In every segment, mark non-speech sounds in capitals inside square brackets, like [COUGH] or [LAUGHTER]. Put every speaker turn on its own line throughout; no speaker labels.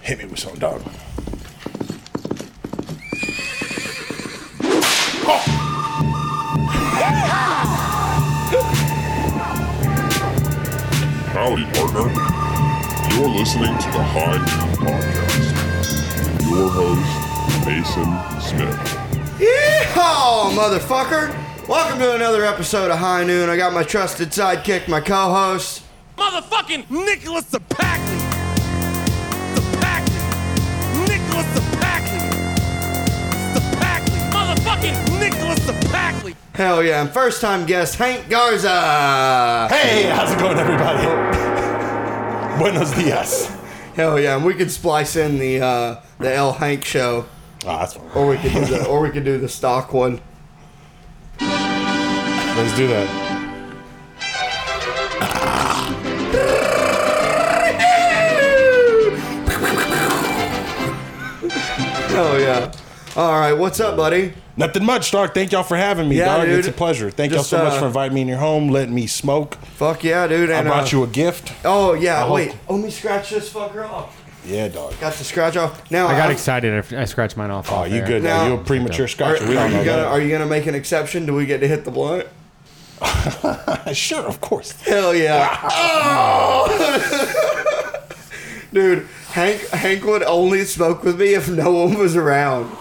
Hit me with something, dog.
Howdy, partner. You're listening to the High Noon Podcast. Your host, Mason Smith.
Yeehaw, motherfucker! Welcome to another episode of High Noon. I got my trusted sidekick, my co-host.
Motherfucking Nicholas the Paxton. The Paxton. Nicholas the Paxton. The Paxton. Motherfucking Nicholas the Paxton.
Hell yeah, and first time guest, Hank Garza.
Hey, how's it going, everybody? [LAUGHS] Buenos dias.
Hell yeah, and we could splice in the uh, the L Hank show,
Ah, that's fine.
or we could do the or we could do the stock one.
Let's do that.
Hell yeah! All right, what's up, buddy?
Nothing much, dog. Thank y'all for having me,
Yeah,
dog.
dude.
It's a pleasure. Thank
Just,
y'all so much
uh,
for inviting me in your home, letting me smoke.
Fuck yeah, dude!
I
And,
brought
uh,
you a gift.
Oh yeah,
hope-
wait. Let me scratch this fucker off.
Yeah, dog.
Got the scratch off. Now
I got
I'm-
excited. I f- I scratched mine off.
Oh,
off
you
air.
good?
Now-
Now, you a premature
Are,
scotcher.
are
We
you
don't know
gonna
that.
are you gonna make an exception? Do we get to hit the blunt?
[LAUGHS] Sure, of course.
Hell yeah. Oh! [LAUGHS] Dude, Hank Hank would only smoke with me if no one was around.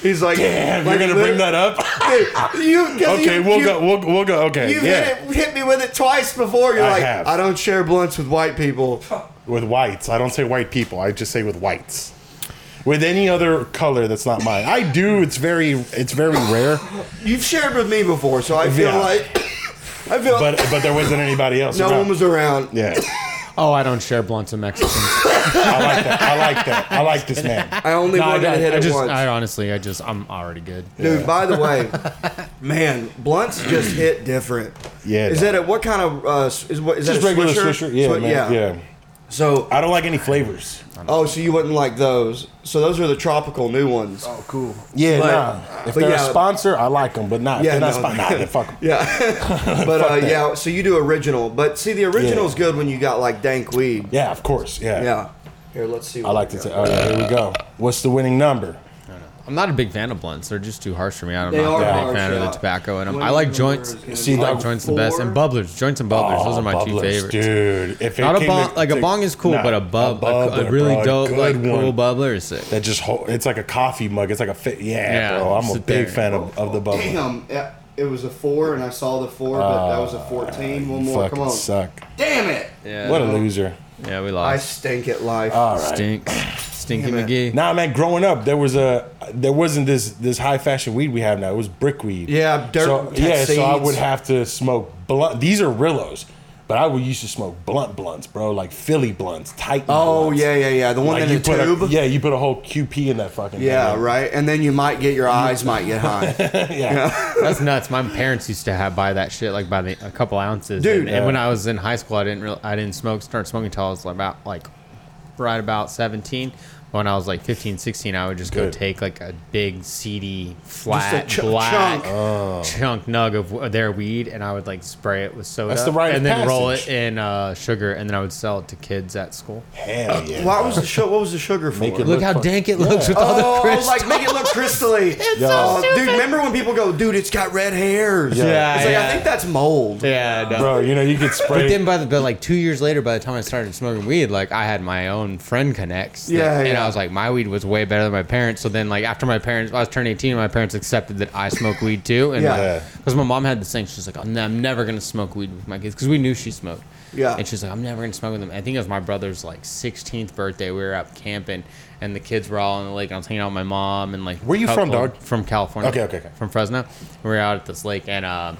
He's [LAUGHS] like,
Damn,
like,
you're gonna bring that up?
up. [LAUGHS] You, 'cause
okay,
you-
we'll
you-
go. We'll, we'll go. Okay,
You've
yeah.
hit, it, hit me with it twice before. You're
I
like,
have.
I don't share blunts with white people.
With whites, I don't say white people. I just say with whites. With any other color that's not mine, I do. It's very, it's very rare.
You've shared with me before, so I feel
Yeah.
like I feel
But but there wasn't anybody else.
no
around.
one was around.
Yeah,
Oh, I don't share blunts with Mexicans.
I like that. I like that. I like this man.
I only
I,
wanted to hit
I
it
just,
once.
I honestly, I just, I'm already good.
Dude, by the
[LAUGHS]
way, man, blunts just hit different.
Yeah,
Is
dog.
that a, what kind of uh, s- is what is
Just
that a
regular
swisher?
swisher. Yeah,
Swi-
man. Yeah.
So
I don't like any flavors.
oh, so you wouldn't like those? So those are the tropical new ones.
Oh, cool. Yeah,
But-
nah. If
but
they're
yeah.
a sponsor, I like them. But not. if
Yeah,
they're not
no.
spon- nah, then fuck 'em.
[LAUGHS]
[LAUGHS]
Yeah, but uh, yeah. So you do original, but see the original's good when you got like dank weed.
Yeah, of course. Yeah.
Yeah. Here, let's see.
I like to. T- all right, here we go. What's the winning number?
I'm not a big fan of blunts. They're just too harsh for me. I'm
They
not
are
a
harsh,
big fan of
yeah.
the tobacco in 'em.
When
I like
you
joints.
remember, it's
See,
I like
dog,
joints the best, and bubblers. Joints and bubblers. Those
Oh,
are my two
bubblers,
favorites.
dude. If it
Not a
came
bong,
to-
like a
to-
bong is cool,
nah,
but a bub, a, a
bubbler,
really
bro, a
dope, like
good one.
cool bubbler is sick.
That just hold, it's like a coffee mug. It's like a fit. Yeah,
Yeah,
bro. I'm a
sit
big
there.
fan of, of the bubbler.
Damn, it- it was a four, and I saw the four, but that was a fourteen. One more,
Ah, Fucking
come on.
suck.
Damn it!
Yeah,
What a loser.
yeah, we
I
lost.
stink at life.
All right.
Stinks, Stinky
Damn it.
McGee.
Nah, man. Growing up, there was a there wasn't this this high fashion weed we have now. It was brick weed.
Yeah, dirt
So,
and
yeah. So I
seeds.
would have to smoke blunt. These are Rillos, but I would used to smoke blunt blunts, bro. Like Philly blunts, Titan.
oh
blunts.
yeah, yeah, yeah. The one
Like
in
you
the
put
tube.
A, yeah, you put a whole QP in that fucking.
Yeah, Mm-hmm.
thing. [LAUGHS]
right. And then you might get your eyes might get high.
That's nuts. My parents used to have buy that shit like by the, a couple ounces.
Dude.
and, and when I was in high school, I didn't real, I didn't smoke. Start smoking until I was about like right about seventeen. When I was like 15, 16, I would just go
Good.
take like a big seedy flat
chu-
black
chunk.
chunk.
Oh.
nug of w- their weed, and I would like spray it with soda.
That's the rite of
and then roll it
passage.
in uh, sugar, and then I would sell it to kids at school.
Hell yeah.
Uh, Why was the su- [LAUGHS] what was the sugar for?
Make it
Look how
fuck-
dank it looks with all
Oh,
the crystals.
like make it
[LAUGHS]
look crystally. it's
so
dude. Remember when people go, dude, it's got red hairs.
Yeah,
it's like I
yeah.
think that's mold.
yeah, no.
bro. You know you could spray.
But then by the but like two years later, by the time I started smoking weed, like I had my own friend connects. that-
Yeah,
and
yeah.
I was like, my weed was way better than my parents. So then like after my parents, I was turned eighteen, my parents accepted that I smoke weed too. And
Yeah.
Yeah.
because my mom had this thing, she's like, I'm, ne- I'm never gonna smoke weed with my kids because we knew she smoked.
Yeah.
And she's like, I'm never gonna smoke with them. I think it was my brother's like 16th birthday. We were out camping, and the kids were all on the lake. And I was hanging out with my mom and like.
Where you from,
couple-
dog?
From California.
Okay, okay, okay.
From Fresno. We were out at this lake, and um,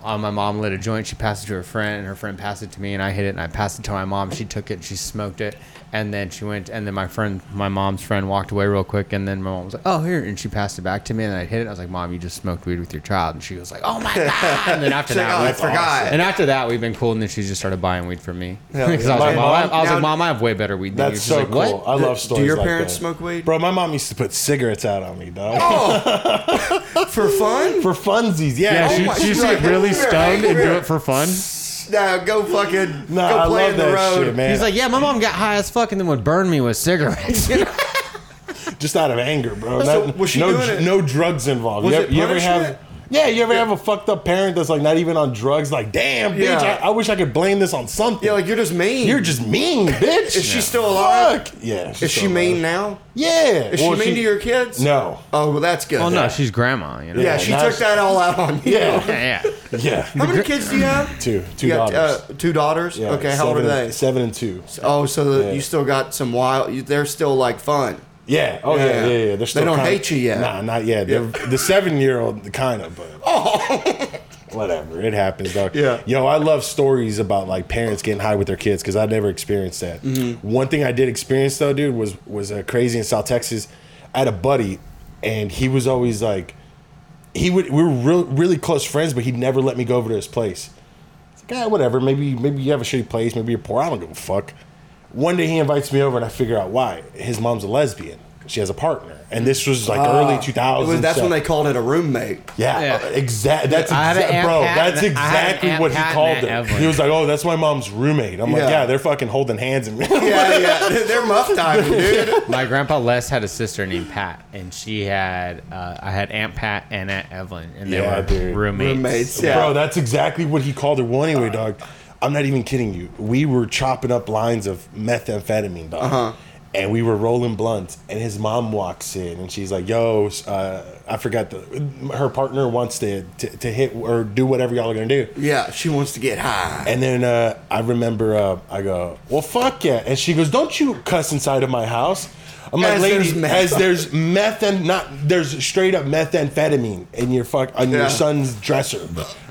uh, my mom lit a joint. She passed it to her friend, and her friend passed it to me, and I hit it, and I passed it to my mom. She took it, she smoked it, and then she went, and then my friend, my mom's friend, walked away real quick, and then my mom was like, "Oh, here," and she passed it back to me, and then I hit it. I was like, "Mom, you just smoked weed with your child," and she was like,
[LAUGHS]
"Oh my god!" And then after
It's like,
that,
oh,
we-
I forgot.
And after that, we've been cool, and then she just started buying weed for me [LAUGHS]
Hell
because
yeah.
I was, like
My
mom, I,
mom-
I was
now-
like, "Mom, I have way better weed than
That's
you."
so
She's like,
cool.
"What?"
I
Do-
love
do
stories.
your
like
parents
that.
smoke weed? Oh.
Bro, my mom used to put cigarettes out on me, dog.
For fun?
[LAUGHS] For funsies, yeah.
[LAUGHS] Oh
Yeah,
my
she, she used to
Oh God.
get really
Come here,
stoned and do
here.
it for fun.
Now go fucking
Nah,
go
I
play
love
in the
that
road.
shit, man.
He's like, yeah, my mom got high as fuck and then would burn me with cigarettes. [LAUGHS] You know?
just out of anger, bro.
So,
Not-
was she
no,
doing
dr-
it-
no drugs involved.
Was
you,
it
you ever have?
punishment?
Yeah, you ever have a fucked up parent that's like not even on drugs? Like, damn, bitch,
Yeah.
I, I wish I could blame this on something.
Yeah, like you're just mean.
you're just mean, bitch.
[LAUGHS] Is she still alive?
Fuck. Yeah. she's
Is
still
she
alive.
mean now?
Yeah.
Is
Well,
she mean to your kids?
No.
Oh, well, that's good.
well, no,
yeah,
she's grandma. You know?
she
now
took
she-
that all out on you.
Yeah.
yeah. yeah.
Yeah.
How many kids do you have?
Two. Two
You got,
daughters.
uh, two daughters.
Yeah,
okay, how old are
seven
they?
and- Seven and two.
Oh, so the,
Yeah.
you still got some wild. You, they're still like fun.
Yeah. Oh yeah.
Yeah.
Yeah. Yeah.
They
They're still
don't
kinda-
hate you yet.
Nah, not yet. They're- The seven-year-old kind of, but [LAUGHS] whatever. It happens, dog.
Oh. Yeah.
Yo, I love stories about like parents getting high with their kids because I never experienced that.
Mm-hmm.
One thing I did experience though, dude, was was uh, crazy in South Texas. I had a buddy, and he was always like, he would. We were real, really close friends, but he'd never let me go over to his place. It's like, ah, whatever. Maybe maybe you have a shitty place. Maybe you're poor. I don't give a fuck. One day he invites me over, and I figure out why. His mom's a lesbian. She has a partner, and this was like
Ah.
early two
It was-
thousands.
that's when they called it a roommate.
Yeah,
Yeah.
exactly. That's
I had an
exa-
Aunt
bro.
Pat
that's
and- I had an
exactly
Aunt
what he
Pat and
called
Aunt
them.
Evelyn.
He was like, "Oh, that's my mom's roommate." I'm
Yeah.
like, "Yeah, they're fucking holding
[LAUGHS]
hands." And
Yeah, yeah, [LAUGHS] they're, they're muff diving, dude.
[LAUGHS] My grandpa Les had a sister named Pat, and she had uh, I had Aunt Pat and Aunt Evelyn, and they
Yeah,
were
dude.
roommates.
Roommates, yeah.
bro, that's exactly what he called her. Well, anyway, dog, I'm not even kidding you. We were chopping up lines of methamphetamine, dog, and we were rolling blunts. And his mom walks in, and she's like, "Yo, uh, I forgot the her partner wants to, to to hit or do whatever y'all are gonna do."
yeah, she wants to get high.
And then uh, I remember uh, I go, well, fuck yeah. And she goes, don't you cuss inside of my house. I'm like,
As
lady,
there's meth."
as there's meth and not, there's straight up methamphetamine in your fuck, on
Yeah.
your son's dresser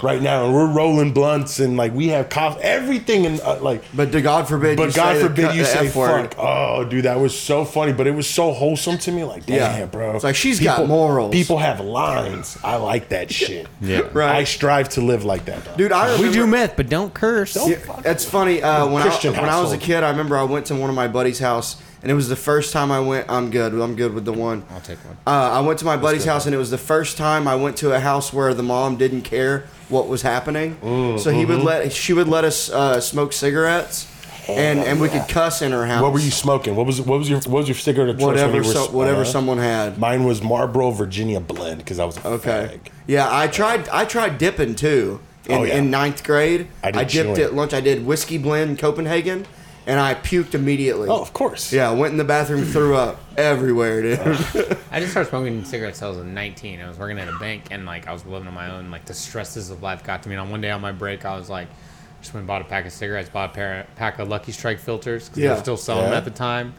right now. And we're rolling blunts and like we have cough, everything. And uh, like,
But to God forbid.
but
you
God
say the
forbid
cu-
you
the
say
F word.
fuck. Oh, dude, that was so funny, but it was so wholesome to me. Like, damn,
Yeah.
bro.
It's like, she's got morals.
People have lines. I like that shit.
Yeah.
[LAUGHS] Right.
I strive to live like that, dog.
dude. I remember,
We do meth, but don't curse.
Don't-
Yeah, That's funny. Uh, when I,
Christian
when I was a
household.
kid, I remember I went to one of my buddy's house, and it was the first time I went. I'm good. I'm good with the one.
I'll take one.
Uh, I went to my buddy's house, and it was the first time I went to a house where the mom didn't care what was happening. so he
mm-hmm.
would let she would let us uh, smoke cigarettes, and and we could cuss in her house.
What were you smoking? What was what was your what was your cigarette of choice when
Whatever,
you were-
so, whatever
uh,
someone had.
Mine was Marlboro Virginia Blend because I was a
Okay.
fag.
Yeah, I tried. I tried dipping too in,
Oh, yeah.
in ninth grade. I,
I did
dipped
joint.
at lunch. I did whiskey blend Copenhagen, and I puked immediately.
Oh, of course.
Yeah, I went in the bathroom, threw up
[LAUGHS]
everywhere, dude.
I just started smoking cigarettes till I was 19. I was working at a bank and like I was living on my own. Like the stresses of life got to me. And on one day on my break, I was like, just went and bought a pack of cigarettes, bought a pair, pack of Lucky Strike filters because they
Yeah.
were still selling
Yeah.
them at the time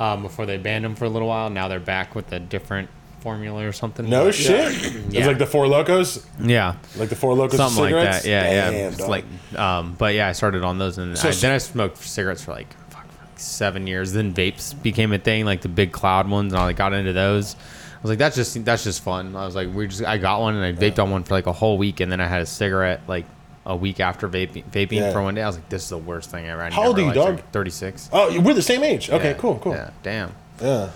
um, before they banned them for a little while. Now they're back with a different formula or something.
No
But-
shit. It's
Yeah.
like the four locos,
Yeah.
like the four locos. of
Something like
cigarettes?
that. Yeah, yeah.
Damn,
It's
dog.
like, um, but yeah, I started on those and
So-
I, then I smoked cigarettes for like, fuck, for like seven years. Then vapes became a thing, like the big cloud ones, and I got into those. I was like, that's just that's just fun. I was like, we just I got one and I vaped on one for like a whole week, and then I had a cigarette like a week after vaping, vaping
Yeah.
for one day. I was like, this is the worst thing ever. I
How old
never
are you,
liked
dog?
it. 36.
oh, we're the same age. Okay,
Yeah.
cool, cool.
Yeah, damn.
Yeah.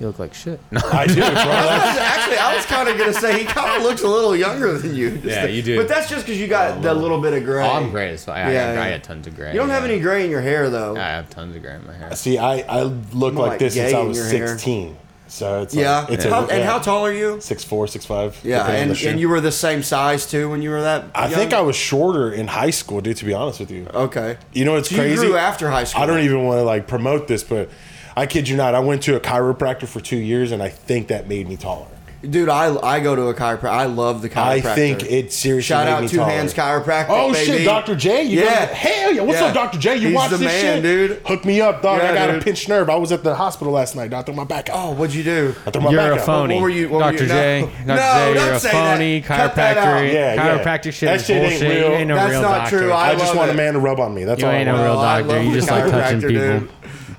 You look like shit. [LAUGHS] No.
I do, bro. That's-
[LAUGHS]
Actually, I was kind of gonna say he kind of looks a little younger than you. Just
Yeah,
the-
you do.
But that's just because you got that little bit of gray.
Oh, I'm gray as fuck. I,
Yeah,
I, I
yeah.
had tons of gray.
You don't have
Yeah.
any gray in your hair though.
Ah,
I have tons of gray in my hair.
See, I I look
like
like, this since
gay
I
in
was
your hair.
sixteen. So it's
yeah.
Like, it's a,
How- And
yeah.
how tall are you?
Six four, six five.
Yeah,
depending on
and,
the shoe.
and you were the same size too when you were that.
I think I
young?
was shorter in high school, dude. To be honest with you.
Okay.
You know what's
You
crazy?
grew after high school.
I don't even want to like promote this, but I kid you not, I went to a chiropractor for two years, and I think that made me taller.
Dude, I, I go to a chiropractor. I love the
I
chiropractor.
think it seriously
Shout
made
out
me
Two
taller.
Hands Chiropractic.
Oh
baby.
shit, Doctor J! You
Yeah.
yeah, hell yeah! What's
Yeah.
up, Doctor J? You
He's
watch
the
this shit,
man, dude.
Hook me up, dog.
Yeah,
I got
dude.
a pinched nerve. I was at the hospital last night. Doctor, my back. out.
Oh, what'd you do?
I threw my
You're
back
a
out.
phony.
What were you- what were
Dr.
you-
J.
no. No,
Dr. J,
don't
you're a
say that.
phony.
Cut that out.
Chiropractor.
Yeah, yeah.
Chiropractic shit
That
is
shit ain't
bullshit.
real.
You ain't a
That's
real
not
doctor.
true. Oh, I
I, just
love
want
it.
a man to rub on me. That's
You
all I
ain't a
want.
real
Oh, I
doctor.
love
You
the
just like touching
chiropractor,
people.
dude.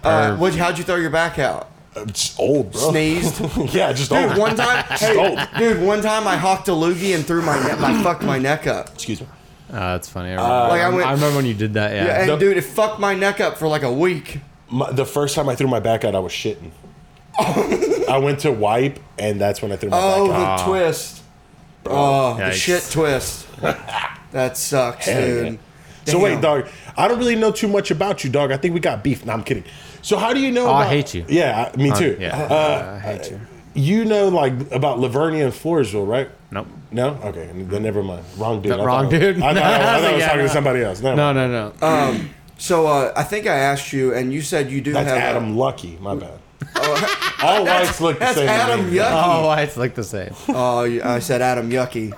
Uh, what, how'd you throw your back out?
I'm just old, bro.
Sneezed.
[LAUGHS] yeah, just
Dude,
old.
one time,
old.
hey, dude, one time I hawked a loogie and threw my neck, I fucked my
[LAUGHS]
neck up.
[LAUGHS] Excuse me.
Uh, that's funny. I remember,
Like, I
I,
went-
remember when you did that. Yeah.
Yeah, and
the-
dude, it fucked my neck up for like a week.
My, the first time I threw my back out, I was
[LAUGHS]
shitting. I went to wipe, and that's when I threw my
Oh,
back out.
the twist. Oh, the
[LAUGHS]
Yikes.
shit twist. That sucks,
Hell
dude.
yeah. So wait,
Damn.
dog. I don't really know too much about you, dog. I think we got beef. No, I'm kidding. So how do you know?
Oh, I
about-
hate you.
Yeah, I- me too.
yeah.
Uh,
I hate you.
you know like about Lavernia and Floresville, right?
Nope.
No. Okay. Then never mind. Wrong dude. I
Mm-hmm. Wrong
thought-
dude.
I thought I, I,
I was
thought I
like,
was
[LAUGHS] yeah,
talking to
no.
somebody else. Never
No,
mind.
no, [LAUGHS] no.
So uh, I think I asked you, and you said you do
That's
have
Adam Lucky. My bad.
[LAUGHS]
All whites look the
That's
same. to
Adam
me.
Yucky.
oh, it's like the same.
Oh, you- I said Adam Yucky.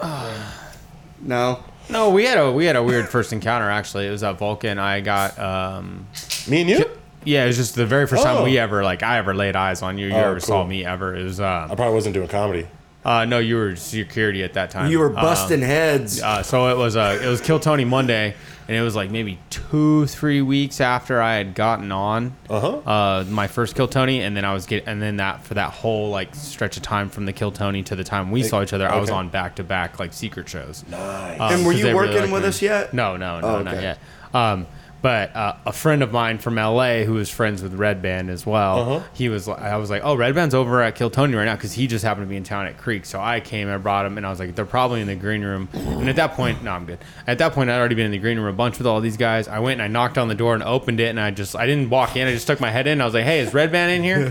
No.
No, we had a we had a weird first encounter. Actually, it was at Vulcan. I got um,
Me and you.
yeah, it was just the very first time
Oh.
we ever like I ever laid eyes on you. You
Oh,
ever saw
cool.
me ever? It was
I
um,
probably wasn't doing comedy.
uh, no, you were security at that time.
You were
uh,
Um,
busting heads.
Uh, so it was uh, it was Kill Tony Monday, and it was like maybe two three weeks after I had gotten on
Uh-huh.
uh, my first Kill Tony, and then I was get and then that for that whole like stretch of time from the Kill Tony to the time we saw each other, I was
okay.
on back to back like secret shows.
Nice.
Um,
And were
'cause
you
they
working
liked
with us yet?
No, no, no,
Oh,
not
okay.
yet. Um, but uh, a friend of mine from LA who was friends with Red Band as well,
Uh-huh.
he was. li- I was like, "Oh, Red Band's over at Kill Tony right now because he just happened to be in town at Creek." So I came, I brought him, and I was like, "They're probably in the green room." And at that point, no, I'm good. At that point, I'd already been in the green room a bunch with all these guys. I went and I knocked on the door and opened it, and I just I didn't walk in. I just stuck my head in. I was like, "Hey, is Red Band in here?"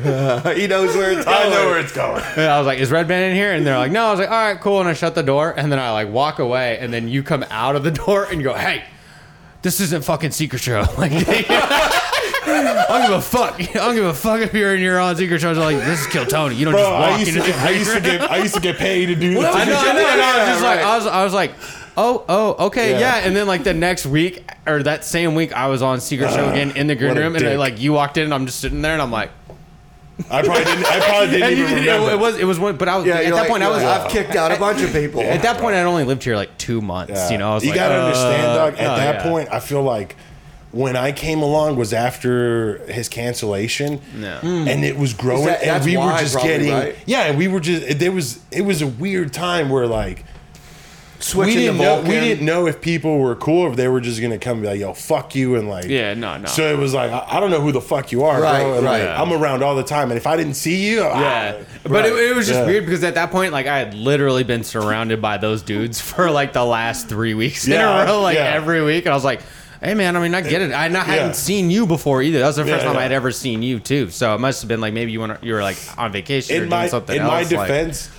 [LAUGHS] he knows
[LAUGHS]
where it's going.
it's going.
And [LAUGHS] I was like, "Is Red Band in here?" And they're like, "No." I was like, "All right, cool." And I shut the door, and then I like walk away, and then you come out of the [LAUGHS] door and you go, "Hey, this isn't fucking Secret Show." [LAUGHS] Like, I don't give a fuck. [LAUGHS] I don't give a fuck if you're in your on Secret Show. They're like, "This is Kill Tony." You don't
Bro,
just walk
Oh, I used,
into
to,
the
I used to get I used to get paid to do that.
[LAUGHS] I know, I know, and I was just
Yeah,
like,
right.
I was, I was like, oh, oh, okay,
Yeah.
yeah. And then like the next week or that same week, I was on Secret Show again in the green
what a
room, and they,
dick.
like you walked in, and I'm just sitting there, and I'm like,
I probably didn't. I probably didn't
[LAUGHS] and you
even
didn't-
remember.
it, was, it was one, but I was
Yeah,
at
you're
that
like-
point, I
you're
was,
[LAUGHS]
like,
"Oh,
I've kicked out a bunch of people.
At that point, I'd only lived here like two months.
Yeah.
You know, I was
you
like,
gotta understand,
uh,
dog. At
no,
that
yeah.
point, I feel like when I came along was after his cancellation,
Yeah.
and it was growing,
Hmm. that-
and
that's
we were
why,
just
probably,
getting,
right?
yeah, and we were just it- there was it was a weird time where like we
Switching
didn't
to
know
Vulcan.
we didn't know if people were cool or if they were just gonna come and be like, yo, fuck you, and like,
Yeah, no, no.
So it was like I, I don't know who the fuck you are,
Right,
bro. And
right.
like, I'm around all the time, and if I didn't see you,
Yeah,
yeah,
but it, it was just weird because at that point, like I had literally been surrounded by those dudes [LAUGHS] for like the last three weeks
Yeah,
in a row, like
yeah.
every week, and I was like, "Hey, man, I mean, I get it. I not,
Yeah.
hadn't seen you before either. That was the first
Yeah,
time
yeah.
I'd ever seen you too. So it must have been like maybe you went, you were like on vacation
in
or doing
my
something
in
else.
my
like-
defense,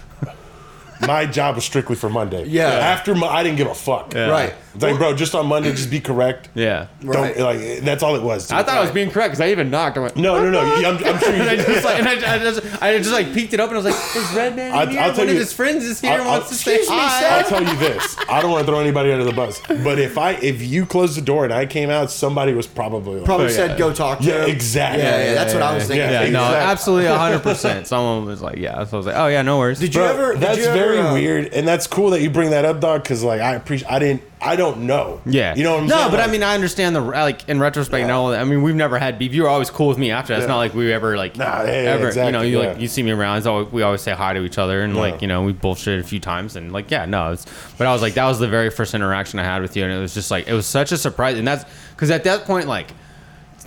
my job was strictly for Monday.
Yeah.
After my, I didn't give a fuck.
Yeah.
Right.
It's like, bro, just on Monday, just be correct.
yeah,
Don't
Right.
like that's all it was. dude.
I thought I was being correct because I even knocked. I went,
no, no, no. I'm, I'm
[LAUGHS]
sure you
And I
did.
just like, and I, I just, I just like peeked it up and I was like, "Is Red Man
I-
in here?
I'll
One
tell
of
you-
his friends is here
I'll-
and wants
I'll-
to say
Excuse me,
hi."
I'll tell you this. I don't want to throw anybody under the bus, but if I if you closed the door and I came out, somebody was probably like,
Probably said go talk to
Oh, yeah,
him.
exactly.
Yeah, yeah, that's what I was thinking.
Yeah,
Yeah, no,
Exactly.
absolutely, hundred percent. Someone was like, "Yeah," so I was like, "Oh yeah, no worries."
Did you
Bro,
ever? did
that's
you ever,
very
uh,
weird, and that's cool that you bring that up, dog. Because like I appreciate, I didn't, I don't know.
Yeah,
you know what I'm
no,
saying.
but I
Like,
mean, I understand the like in retrospect. and all that I mean, we've never had beef. You were always cool with me after. that. It's not like we ever like
Nah, yeah, yeah,
ever. You know,
exactly,
you
yeah.
like you see me around. It's always, we always say hi to each other, and like you know, we bullshit a few times, and like yeah, no. It's but I was like that was the very first interaction I had with you, and it was just like it was such a surprise, and that's because at that point like.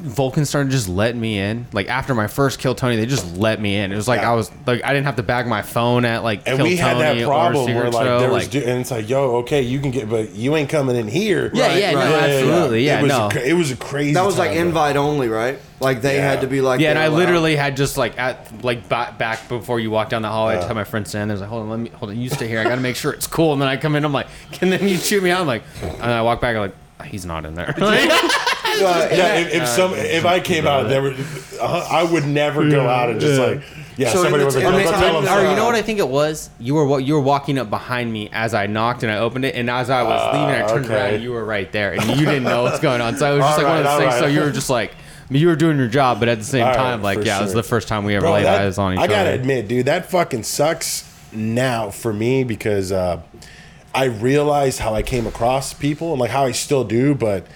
Vulcan started just letting me in. Like after my first Kill Tony, they just let me in. It was like
Yeah.
I was like I didn't have to bag my phone at like
and
Kill
we had
Tony
that
or
problem where
Secret
like
Show,
there was,
like-
du- and it's like, yo, okay, you can get, but you ain't coming in here.
Yeah, yeah, no, absolutely, yeah,
it was
no.
a, cra- it was a crazy.
That was like
time, bro.
invite only, right? Like they
Yeah.
had to be like.
yeah, and
they
I
were
literally had just like at like back, back before you walked down the hallway. I tell my friend Sam, "There's like, hold on, let me hold on. You stay here. I gotta make sure it's cool." And then I come in, I'm like, "Can then you shoot me out?" I'm like, and I walk back, I'm like, "He's not in there." Like,
Uh,
Yeah,
and that-
if, if some, if I came out, there were, uh, I would never go out and just like, yeah,
So
somebody
in
was
the-
like,
in
"Go
the
tell
time-
him
[LAUGHS] or
so."
you [LAUGHS] know what I think it was? You were wa- you were walking up behind me as I knocked and I opened it, and as I was leaving, I turned
Ah, okay.
around and you were right there, and you didn't know what's going on. So it was just
All
like one of
right,
those things.
all
So
right.
you were just like. You were doing your job, but at the same
All right,
time,
for
like, yeah, it was
sure.
the first time we ever
Bro,
laid
that-
eyes on each
I gotta
other.
admit, dude, that fucking sucks now for me because uh, I realized how I came across people and like how I still do, but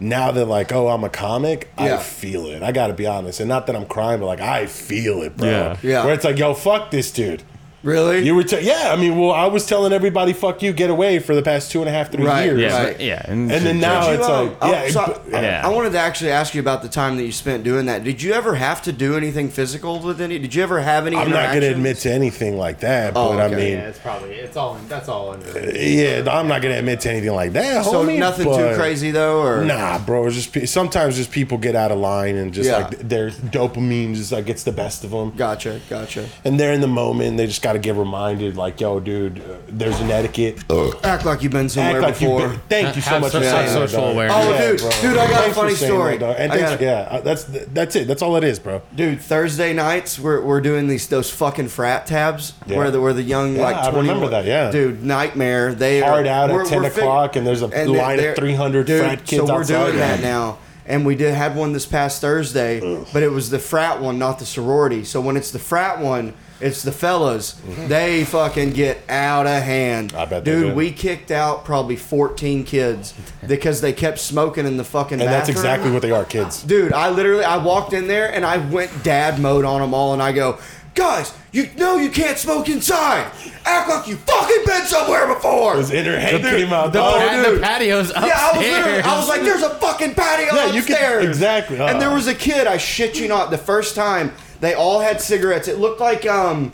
now that like, oh, I'm a comic, I
Yeah.
feel it. I gotta be honest, and not that I'm crying, but like I feel it, bro.
Yeah.
Yeah.
Where it's like, yo, fuck this dude.
Really?
You were, t- yeah. I mean, well, I was telling everybody, "Fuck you, get away" for the past two and a half, three
Right,
years.
Yeah,
right.
but- yeah.
And then now
Did you,
it's
um,
like,
oh,
yeah,
so-
but-
I-
Yeah.
I wanted to actually ask you about the time that you spent doing that. Did you ever have to do anything physical with any? Did you ever have any?
I'm not going to
interactions?
admit to anything like that.
Oh,
but
okay.
I mean,
it's probably it's all that's all under.
yeah, I'm not going to admit to anything like that.
So
homie,
nothing
but-
too crazy though, or
Nah, bro. It's just pe- sometimes just people get out of line and just
Yeah.
like their dopamine just like gets the best of them.
Gotcha, gotcha.
and they're in the moment. They just got to get reminded, like, yo, dude, uh, there's an etiquette.
Act like you've been somewhere
Act like you've
Oh. before.
been. Thank you so
Have
much
some
for saying that,
social
dog.
awareness.
Oh,
Yeah,
dude,
bro.
dude, I got
Thanks
a funny
for saying
story.
that, dog. and
I
thanks,
got-
yeah, uh, that's that's it. That's all it is, bro.
Dude, Thursday nights we're, we're doing these those fucking frat tabs
Yeah.
where the where the young
Yeah, I
like twenty.
remember that, yeah.
dude, nightmare. They are-
Hard out at 10
fi-
o'clock and there's a
they-
line of
they're-
300
dude,
frat kids
So we're
outside.
doing that
Yeah.
now, and we did had one this past Thursday, but it was the frat one, not the sorority. So when it's the frat one. It's the fellas. They fucking get out of hand.
Mm-hmm. I bet they
Dude,
do.
we kicked out probably 14 kids because they kept smoking in the fucking
And that's
bathroom.
exactly what they are, kids.
Dude, I literally I walked in there and I went dad mode on them all, and I go, guys, you know you can't smoke inside. Act like you fucking been somewhere before.
His inner head came out.
The,
dog.
pat-
dude.
the patios upstairs.
Yeah, I was literally, I was like, there's a fucking patio
Yeah, you
upstairs.
could- exactly, uh-uh.
And there was a kid. I shit you not. The first time they all had cigarettes. It looked like um.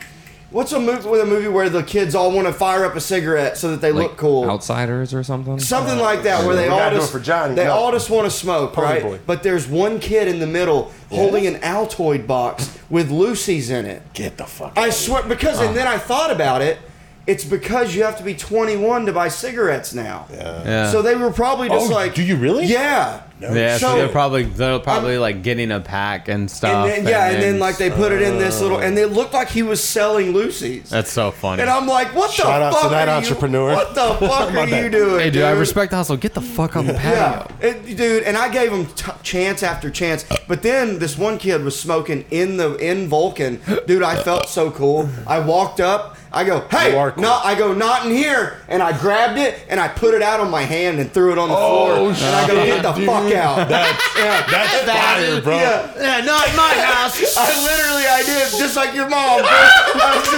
What's a movie with a movie where the kids all want to fire up a cigarette so that they look cool?
Outsiders or something.
something
Uh,
like that where they all
gotta do
just
it for Johnny,
they
no.
all just want to smoke,
Pony
right?
boy.
But there's one kid in the middle holding an Altoid box with Lucy's in it.
Get the fuck.
I swear, because and then I thought about it. It's because you have to be 21 to buy cigarettes now.
Yeah.
So they were probably just
Oh,
like,
do you really?
Yeah.
yeah, so,
So-
they're probably they're probably like getting a pack and stuff.
And then, yeah, and then like they put it in this little, and it looked like he was selling Lucy's.
that's so funny.
and I'm like, what the
Shout out to
fuck?
that
are you-
entrepreneur. [LAUGHS]
What the fuck are you
bad.
doing?
hey, dude, I
dude?
respect the hustle. Get the fuck on the
Yeah,
patio.
It- dude, and I gave him t- chance after chance, but then this one kid was smoking in the in Vulcan. Dude, I felt so cool. I walked up, I go, hey,
You are cool.
no, I go, not in here, and I grabbed it and I put it out on my hand and threw it on the floor, and I go,
Oh, shit,
get the
dude.
fuck out.
That's, that's fire, bro.
Yeah, yeah, not in my house. [LAUGHS] I literally, I did just like your mom. Bro. I was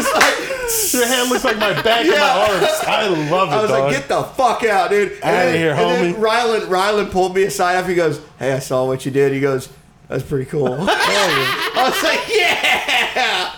just like,
Your hand looks like my back and my arms. I love it,
I was
dog.
like, get the fuck out, dude. And
Outta
then-
here,
and
homie.
Then Rylan, Rylan pulled me aside after he goes, Hey, I saw what you did. He goes, That's pretty cool.
[LAUGHS]
I was like, Yeah.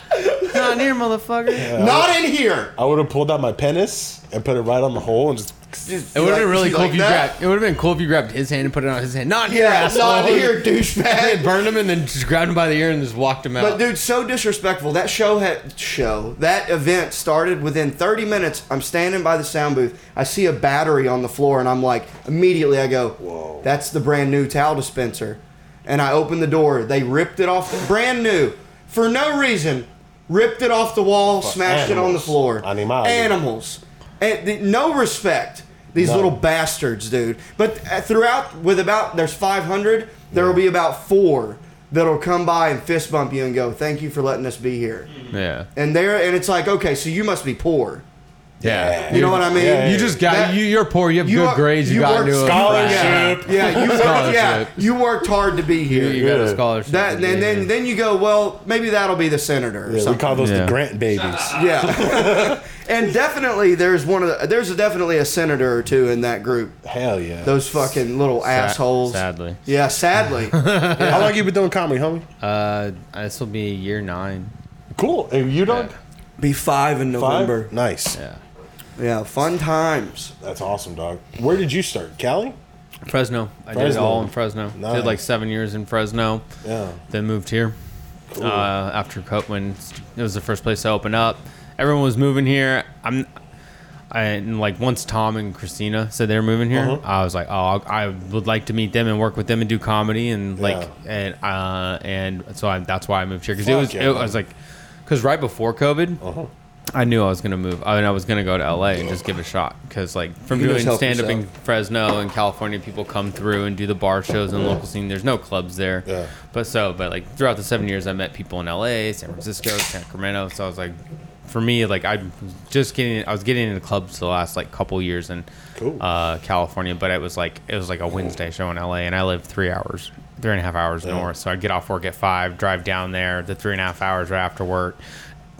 Not in here, motherfucker.
Not in here.
I would have pulled out my penis and put it right on the hole and just.
It would have been really cool if you
that?
grabbed. It would have been cool if you grabbed his hand and put it on his hand. Not in here,
Yeah,
asshole.
not in here,
[LAUGHS] They [LAUGHS]
douchebag.
burned him and then just grabbed him by the ear and just walked him out.
But dude, so disrespectful. That show had show that event started within 30 minutes. I'm standing by the sound booth. I see a battery on the floor, and I'm like, immediately I go, "Whoa!" That's the brand new towel dispenser. And I open the door. They ripped it off, brand new, for no reason. Ripped it off the wall, smashed it on the
animals.
floor.
Animals.
Animals. And the, no respect. These
No.
little bastards, dude. But uh, throughout, with about there's 500, there will be about four that'll come by and fist bump you and go, "Thank you for letting us be here."
yeah.
And there, and it's like, okay, so you must be poor.
yeah,
You know what I mean?
Yeah, yeah,
You just got
That-
you. You're poor. You have
You
good
are-
grades. You,
you
got
work
into a
scholarship.
frat.
Scholarship.
yeah, you worked, yeah,
Scholarship.
you worked hard to be here.
You got a
Yeah.
scholarship.
that, and then,
Yeah.
then then you go, well, maybe that'll be the senator. Or
Yeah, we
something.
call those
Yeah.
the Grant babies.
yeah. [LAUGHS] and definitely, there's one of the, there's definitely a senator or two in that group.
Hell yeah.
Those fucking little assholes.
sadly.
Yeah,
[LAUGHS]
sadly.
How long you been doing comedy, homie?
Uh, this will be year nine.
Cool. And you don't?
Yeah.
Be five in
Five?
November.
Nice.
Yeah,
Yeah, fun times.
That's awesome, dog. Where did you start? Cali?
Fresno. I did it
Fresno.
all in Fresno.
Nice.
Did like seven years in Fresno.
Yeah.
Then moved here. Uh, after co- when it was the first place I opened up, everyone was moving here. I'm, I and like once Tom and Christina said they were moving here, I was like, oh, I'll- I would like to meet them and work with them and do comedy and like and uh and so I, that's why I moved here because it
Fuck
was
yeah,
it, I
man.
was like, because right before COVID. I knew I was gonna move. I mean, I was gonna go to LA and just give it a shot because, like, from
You can just
doing
help
stand up
yourself.
in Fresno and California, people come through and do the bar shows in the local scene. There's no clubs there,
Yeah.
but so, but like throughout the seven years, I met people in LA, San Francisco, Sacramento. So I was like, for me, like I am just getting, I was getting into clubs the last like couple years in
Cool.
uh, California, but it was like it was like a Wednesday show in LA, and I lived three hours, three and a half hours north. So I'd get off work at five, drive down there, the three and a half hours right after work,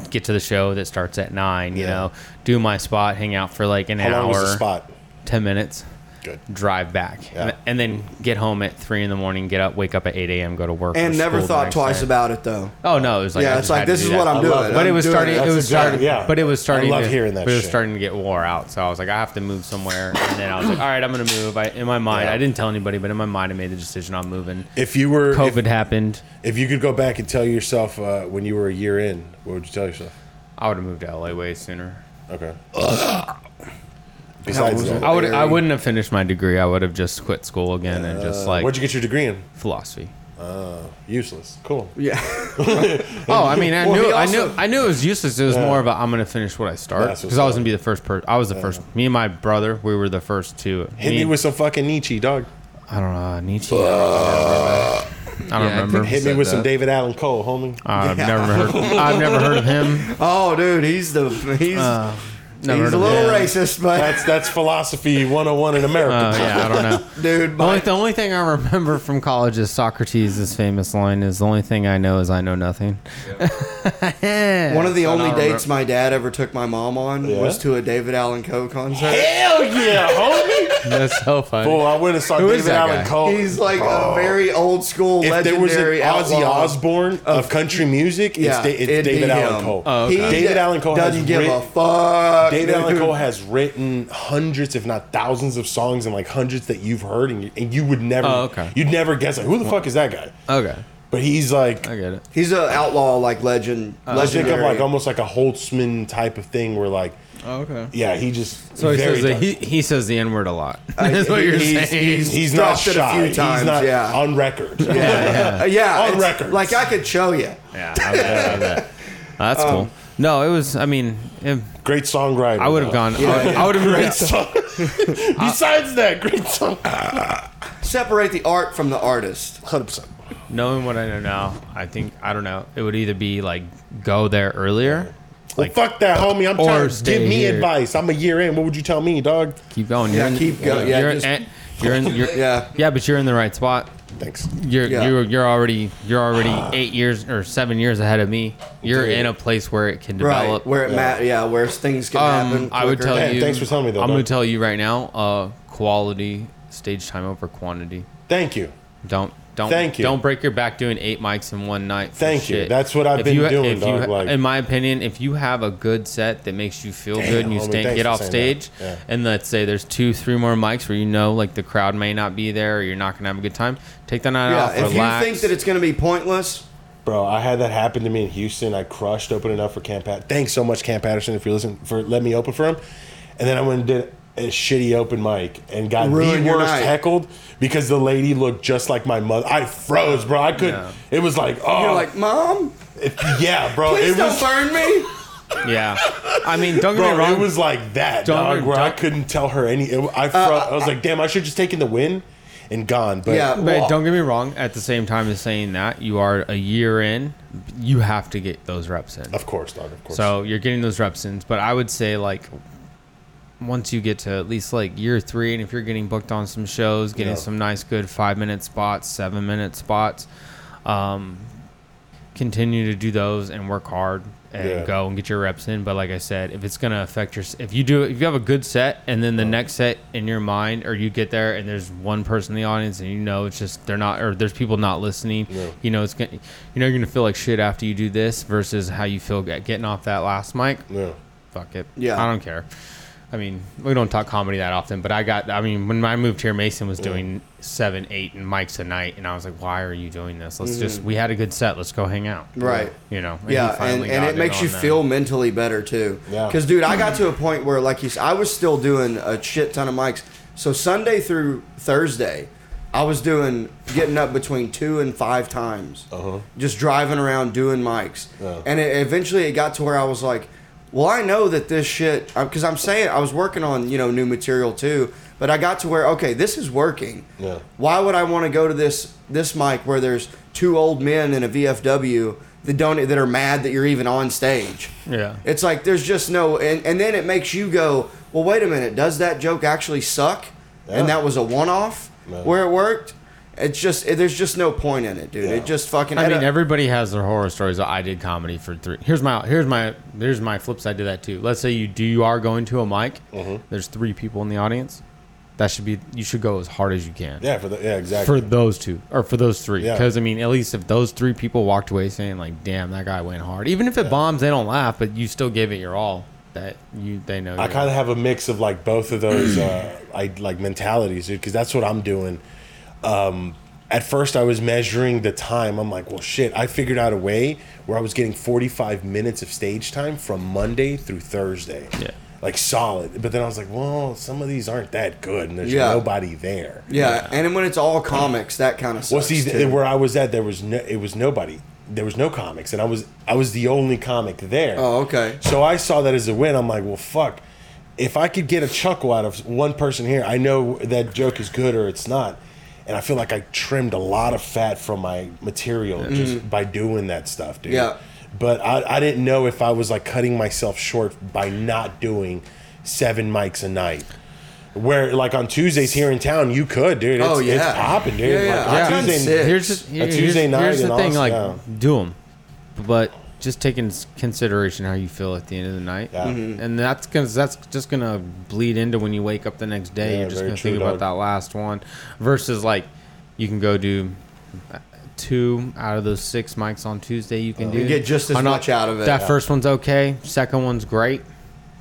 get to the show that starts at nine. You
Yeah.
know, do my spot, hang out for like an
How
hour,
long was the spot?
ten minutes,
Good.
drive back,
Yeah.
and, and then get home at three in the morning. Get up, wake up at eight a.m., go to work, or
and never
school the
thought
next
twice
day.
about it though.
Oh no, it was like I
yeah, it's
just
like
had to
this
do
is
that.
what I'm
love
doing.
it.
But
I'm
it was
doing
starting. It
That's
was
exactly-
starting.
yeah.
But it was starting.
love
to,
hearing that
But it was
shit.
starting to get wore out. So I was like, I have to move somewhere. And then I was like, all right, I'm gonna move. I, in my mind,
Yeah.
I didn't tell anybody, but in my mind, I made the decision I'm moving.
If you were if-
COVID happened.
If, you could go back and tell yourself uh, when you were a year in, what would you tell yourself?
I would have moved to LA way sooner.
Okay. Besides
was
that,
it?
I would. I
Very- Uh,
wouldn't have finished my degree. I would have just quit school again and just like
where'd you get your degree in?
philosophy.
Useless. Cool.
Yeah,
Oh, I mean, I
Well,
knew,
he
I knew,
also-
I knew it was useless. It was more of a I'm gonna finish what I start
That's what's
because I
up.
was gonna be the first person. I was the first. Me and my brother, we were the first two.
Hit me with some fucking Nietzsche, dog.
I don't know uh, Nietzsche. I don't remember. I don't
Yeah, I
remember.
couldn't
Hit me
Said
with
[LAUGHS]
some
that.
David Allen Cole, homie.
I've never heard. I've never heard
[LAUGHS]
of him.
[LAUGHS] oh dude, he's the he's
Never
he's
Uh, heard
a
of
little
him.
racist, but
That's that's philosophy 101 in America.
Uh, yeah, I don't know.
[LAUGHS] dude,
Only,
but,
the only thing I remember from college is Socrates' famous line is the only thing I know is I know nothing.
one of the
So [LAUGHS] I
only
don't
dates my dad ever took my mom on
Yeah?
was to a David Allen Coe concert.
Hell yeah, homie.
That's so funny.
Boy, Oh, I went and saw
Who is
David
that
Allen
guy?
Cole.
He's like a very old school
if there was an
legendary
Ozzy
outlaw.
Osbourne of country music,
Yeah,
it's, da- it's
it'd be
David Allen
him.
Cole.
Oh,
He
David Allen Cole
doesn't
has
give
writ-
a fuck.
David Allen
dude.
Cole has written hundreds, if not thousands, of songs and like hundreds that you've heard, and you, and you would never,
Oh, okay.
you'd never guess like who the fuck is that guy?
Okay,
But he's like,
I
I
get it.
He's an outlaw like legend.
Oh.
think of
legendary.
like almost like a Holtzman type of thing where like,
Oh, okay.
yeah, he just
So he says
dark.
that he, he says the n word a lot. [LAUGHS] That's what you're
he's,
saying.
he's, he's not
dropped it a
shy.
few
he's
times,
not
yeah.
on record.
Uh, yeah,
On
it's-
record.
Like I could show you.
yeah, I bet, I bet. Oh, that's
Um,
cool. No, it was. I mean, it,
Great songwriter.
I would have
though.
gone. I would have
[LAUGHS]
Great song. [LAUGHS] Besides that, great song.
Separate the art from the artist.
Hundred percent.
knowing what I know now. I think I don't know. It would either be like go there earlier.
Well, fuck that, homie. I'm
Or
trying. to
stay
Give me
here.
advice. I'm a year in. What would you tell me, dog?
Keep going.
Yeah,
in-
keep go- yeah,
you're,
just-
eh, you're in. You're,
Yeah.
Yeah, but you're in the right spot.
Thanks.
You're
Yeah.
you're you're already you're already eight years or seven years ahead of me. You're in a place where it can
Right.
develop.
Where it mat yeah, where things can happen.
um, I would
quicker.
tell
Hey,
you.
thanks for telling me that,
I'm going
dog.
to tell you right now. Uh, quality stage time over quantity.
Thank you.
Don't don't
Thank you.
don't break your back doing eight mics in one night. for
Thank you.
shit.
That's what I've
If
been
you-
doing,
if you-
dog, like-
in my opinion, if you have a good set that makes you feel
Damn,
good and you
homie,
stand,
thanks
get
for
off
saying
stage,
that. Yeah.
and let's say there's two, three more mics where you know like the crowd may not be there or you're not gonna have a good time, take that night
Yeah,
off.
if
uh, relax.
you think that it's gonna be pointless,
Bro, I had that happen to me in Houston. I crushed opening up for Cam Pat. Thanks so much, Cam Patterson, if you're listening for letting me open for him. And then I went and did a shitty open mic and got
Ruined
the
your
worst
night.
heckled because the lady looked just like my mother. I froze, bro. I couldn't. It was like, oh,
you're like, Mom,
it- yeah, bro.
please
It
don't
was,
burn me.
yeah, I mean, don't get
bro.
me wrong.
It was like that,
Don't-
dog. Where I
don't-
couldn't tell her any. It,
Uh,
I fro- I was like, damn, I should have just taken the win and gone. But
Yeah.
But
Well-
don't get me wrong. At the same time as saying that, you are a year in. You have to get those reps in.
of course, dog. Of course.
So you're getting those reps in, but I would say like once you get to at least like year three, and if you're getting booked on some shows, getting
Yeah.
some nice, good five minute spots, seven minute spots, um, continue to do those and work hard and
Yeah.
go and get your reps in. But like I said, if it's gonna affect your, if you do, if you have a good set and then the
Uh-huh.
next set in your mind, or you get there and there's one person in the audience and you know it's just they're not, or there's people not listening,
Yeah.
you know it's gonna, you know you're gonna feel like shit after you do this versus how you feel get- getting off that last mic
yeah.
fuck it.
Yeah.
I don't care. I mean, we don't talk comedy that often, but I got, I mean, when I moved here, Mason
Mm.
was doing seven, eight mics a night, and I was like, why are you doing this? Let's just, we had a good set. Let's go hang out.
Mm-hmm. Right.
You know? he
Yeah, and,
finally
and
got
it makes
on
you
that. Mm-hmm.
feel mentally better too.
Yeah.
Because dude, I got to a point where like you, s- I was still doing a shit ton of mics. So Sunday through Thursday, I was doing getting up between two and five times, uh-huh. just driving around doing mics.
Yeah.
And it, eventually, it got to where I was like, well, I know that this shit because I'm saying I was working on you know new material too. But I got to where okay, this is working.
Yeah.
Why would I want to go to this this mic where there's two old men and a VFW that don't that are mad that you're even on stage?
Yeah.
It's like there's just no and, and then it makes you go, Well, wait a minute, does that joke actually suck?
Yeah.
And that was a one off
No.
where it worked? It's just it, there's just no point in it, dude. It just fucking.
I
at
mean,
a-
everybody has their horror stories. I did comedy for three. Here's my here's my here's my flip side to that too. Let's say you do you are going to a mic.
Mm-hmm.
There's three people in the audience. That should be you should go as hard as you can.
Yeah, for the yeah,
For
exactly.
those two, or for those three,
Yeah.
because I mean, at least if those three people walked away saying like, "Damn, that guy went hard," even if it bombs, they don't laugh, but you still gave it your all. That you, they know.
I kind of have a mix of like both of those uh, I like mentalities, dude, because that's what I'm doing. Um, at first, I was measuring the time. I'm like, well, shit. I figured out a way where I was getting 45 minutes of stage time from Monday through Thursday.
Yeah.
Like solid. But then I was like, well, some of these aren't that good, and there's
Yeah.
nobody there.
yeah, and then when it's all comics, that kind of.
Well, see, th- where I was at, there was no, it was nobody. There was no comics, and I was I was the only comic there.
Oh, okay.
So I saw that as a win. I'm like, well, fuck. If I could get a chuckle out of one person here, I know that joke is good or it's not. And I feel like I trimmed a lot of fat from my material just by doing that stuff, dude.
Mm-hmm. Yeah.
But I, I didn't know if I was like cutting myself short by not doing seven mics a night. Where like on Tuesdays here in town, you could, dude. It's,
Oh, yeah.
it's popping, dude.
Yeah, yeah.
Like, on
I've done
Tuesday-
six.
here's just, here-
A Tuesday
here's,
night
Here's the
in
thing,
Austin,
like
yeah.
do them, but just take into consideration how you feel at the end of the night,
Yeah. Mhm.
Mm-hmm.
and that's gonna that's just gonna bleed into when you wake up the next day.
Yeah,
You're just
very
gonna
true,
think about
dog.
that last one, versus like you can go do uh, two out of those six mics on Tuesday. You
Oh.
can do
get just as
Or not-
much out of it.
That
Yeah.
first one's okay. Second one's great.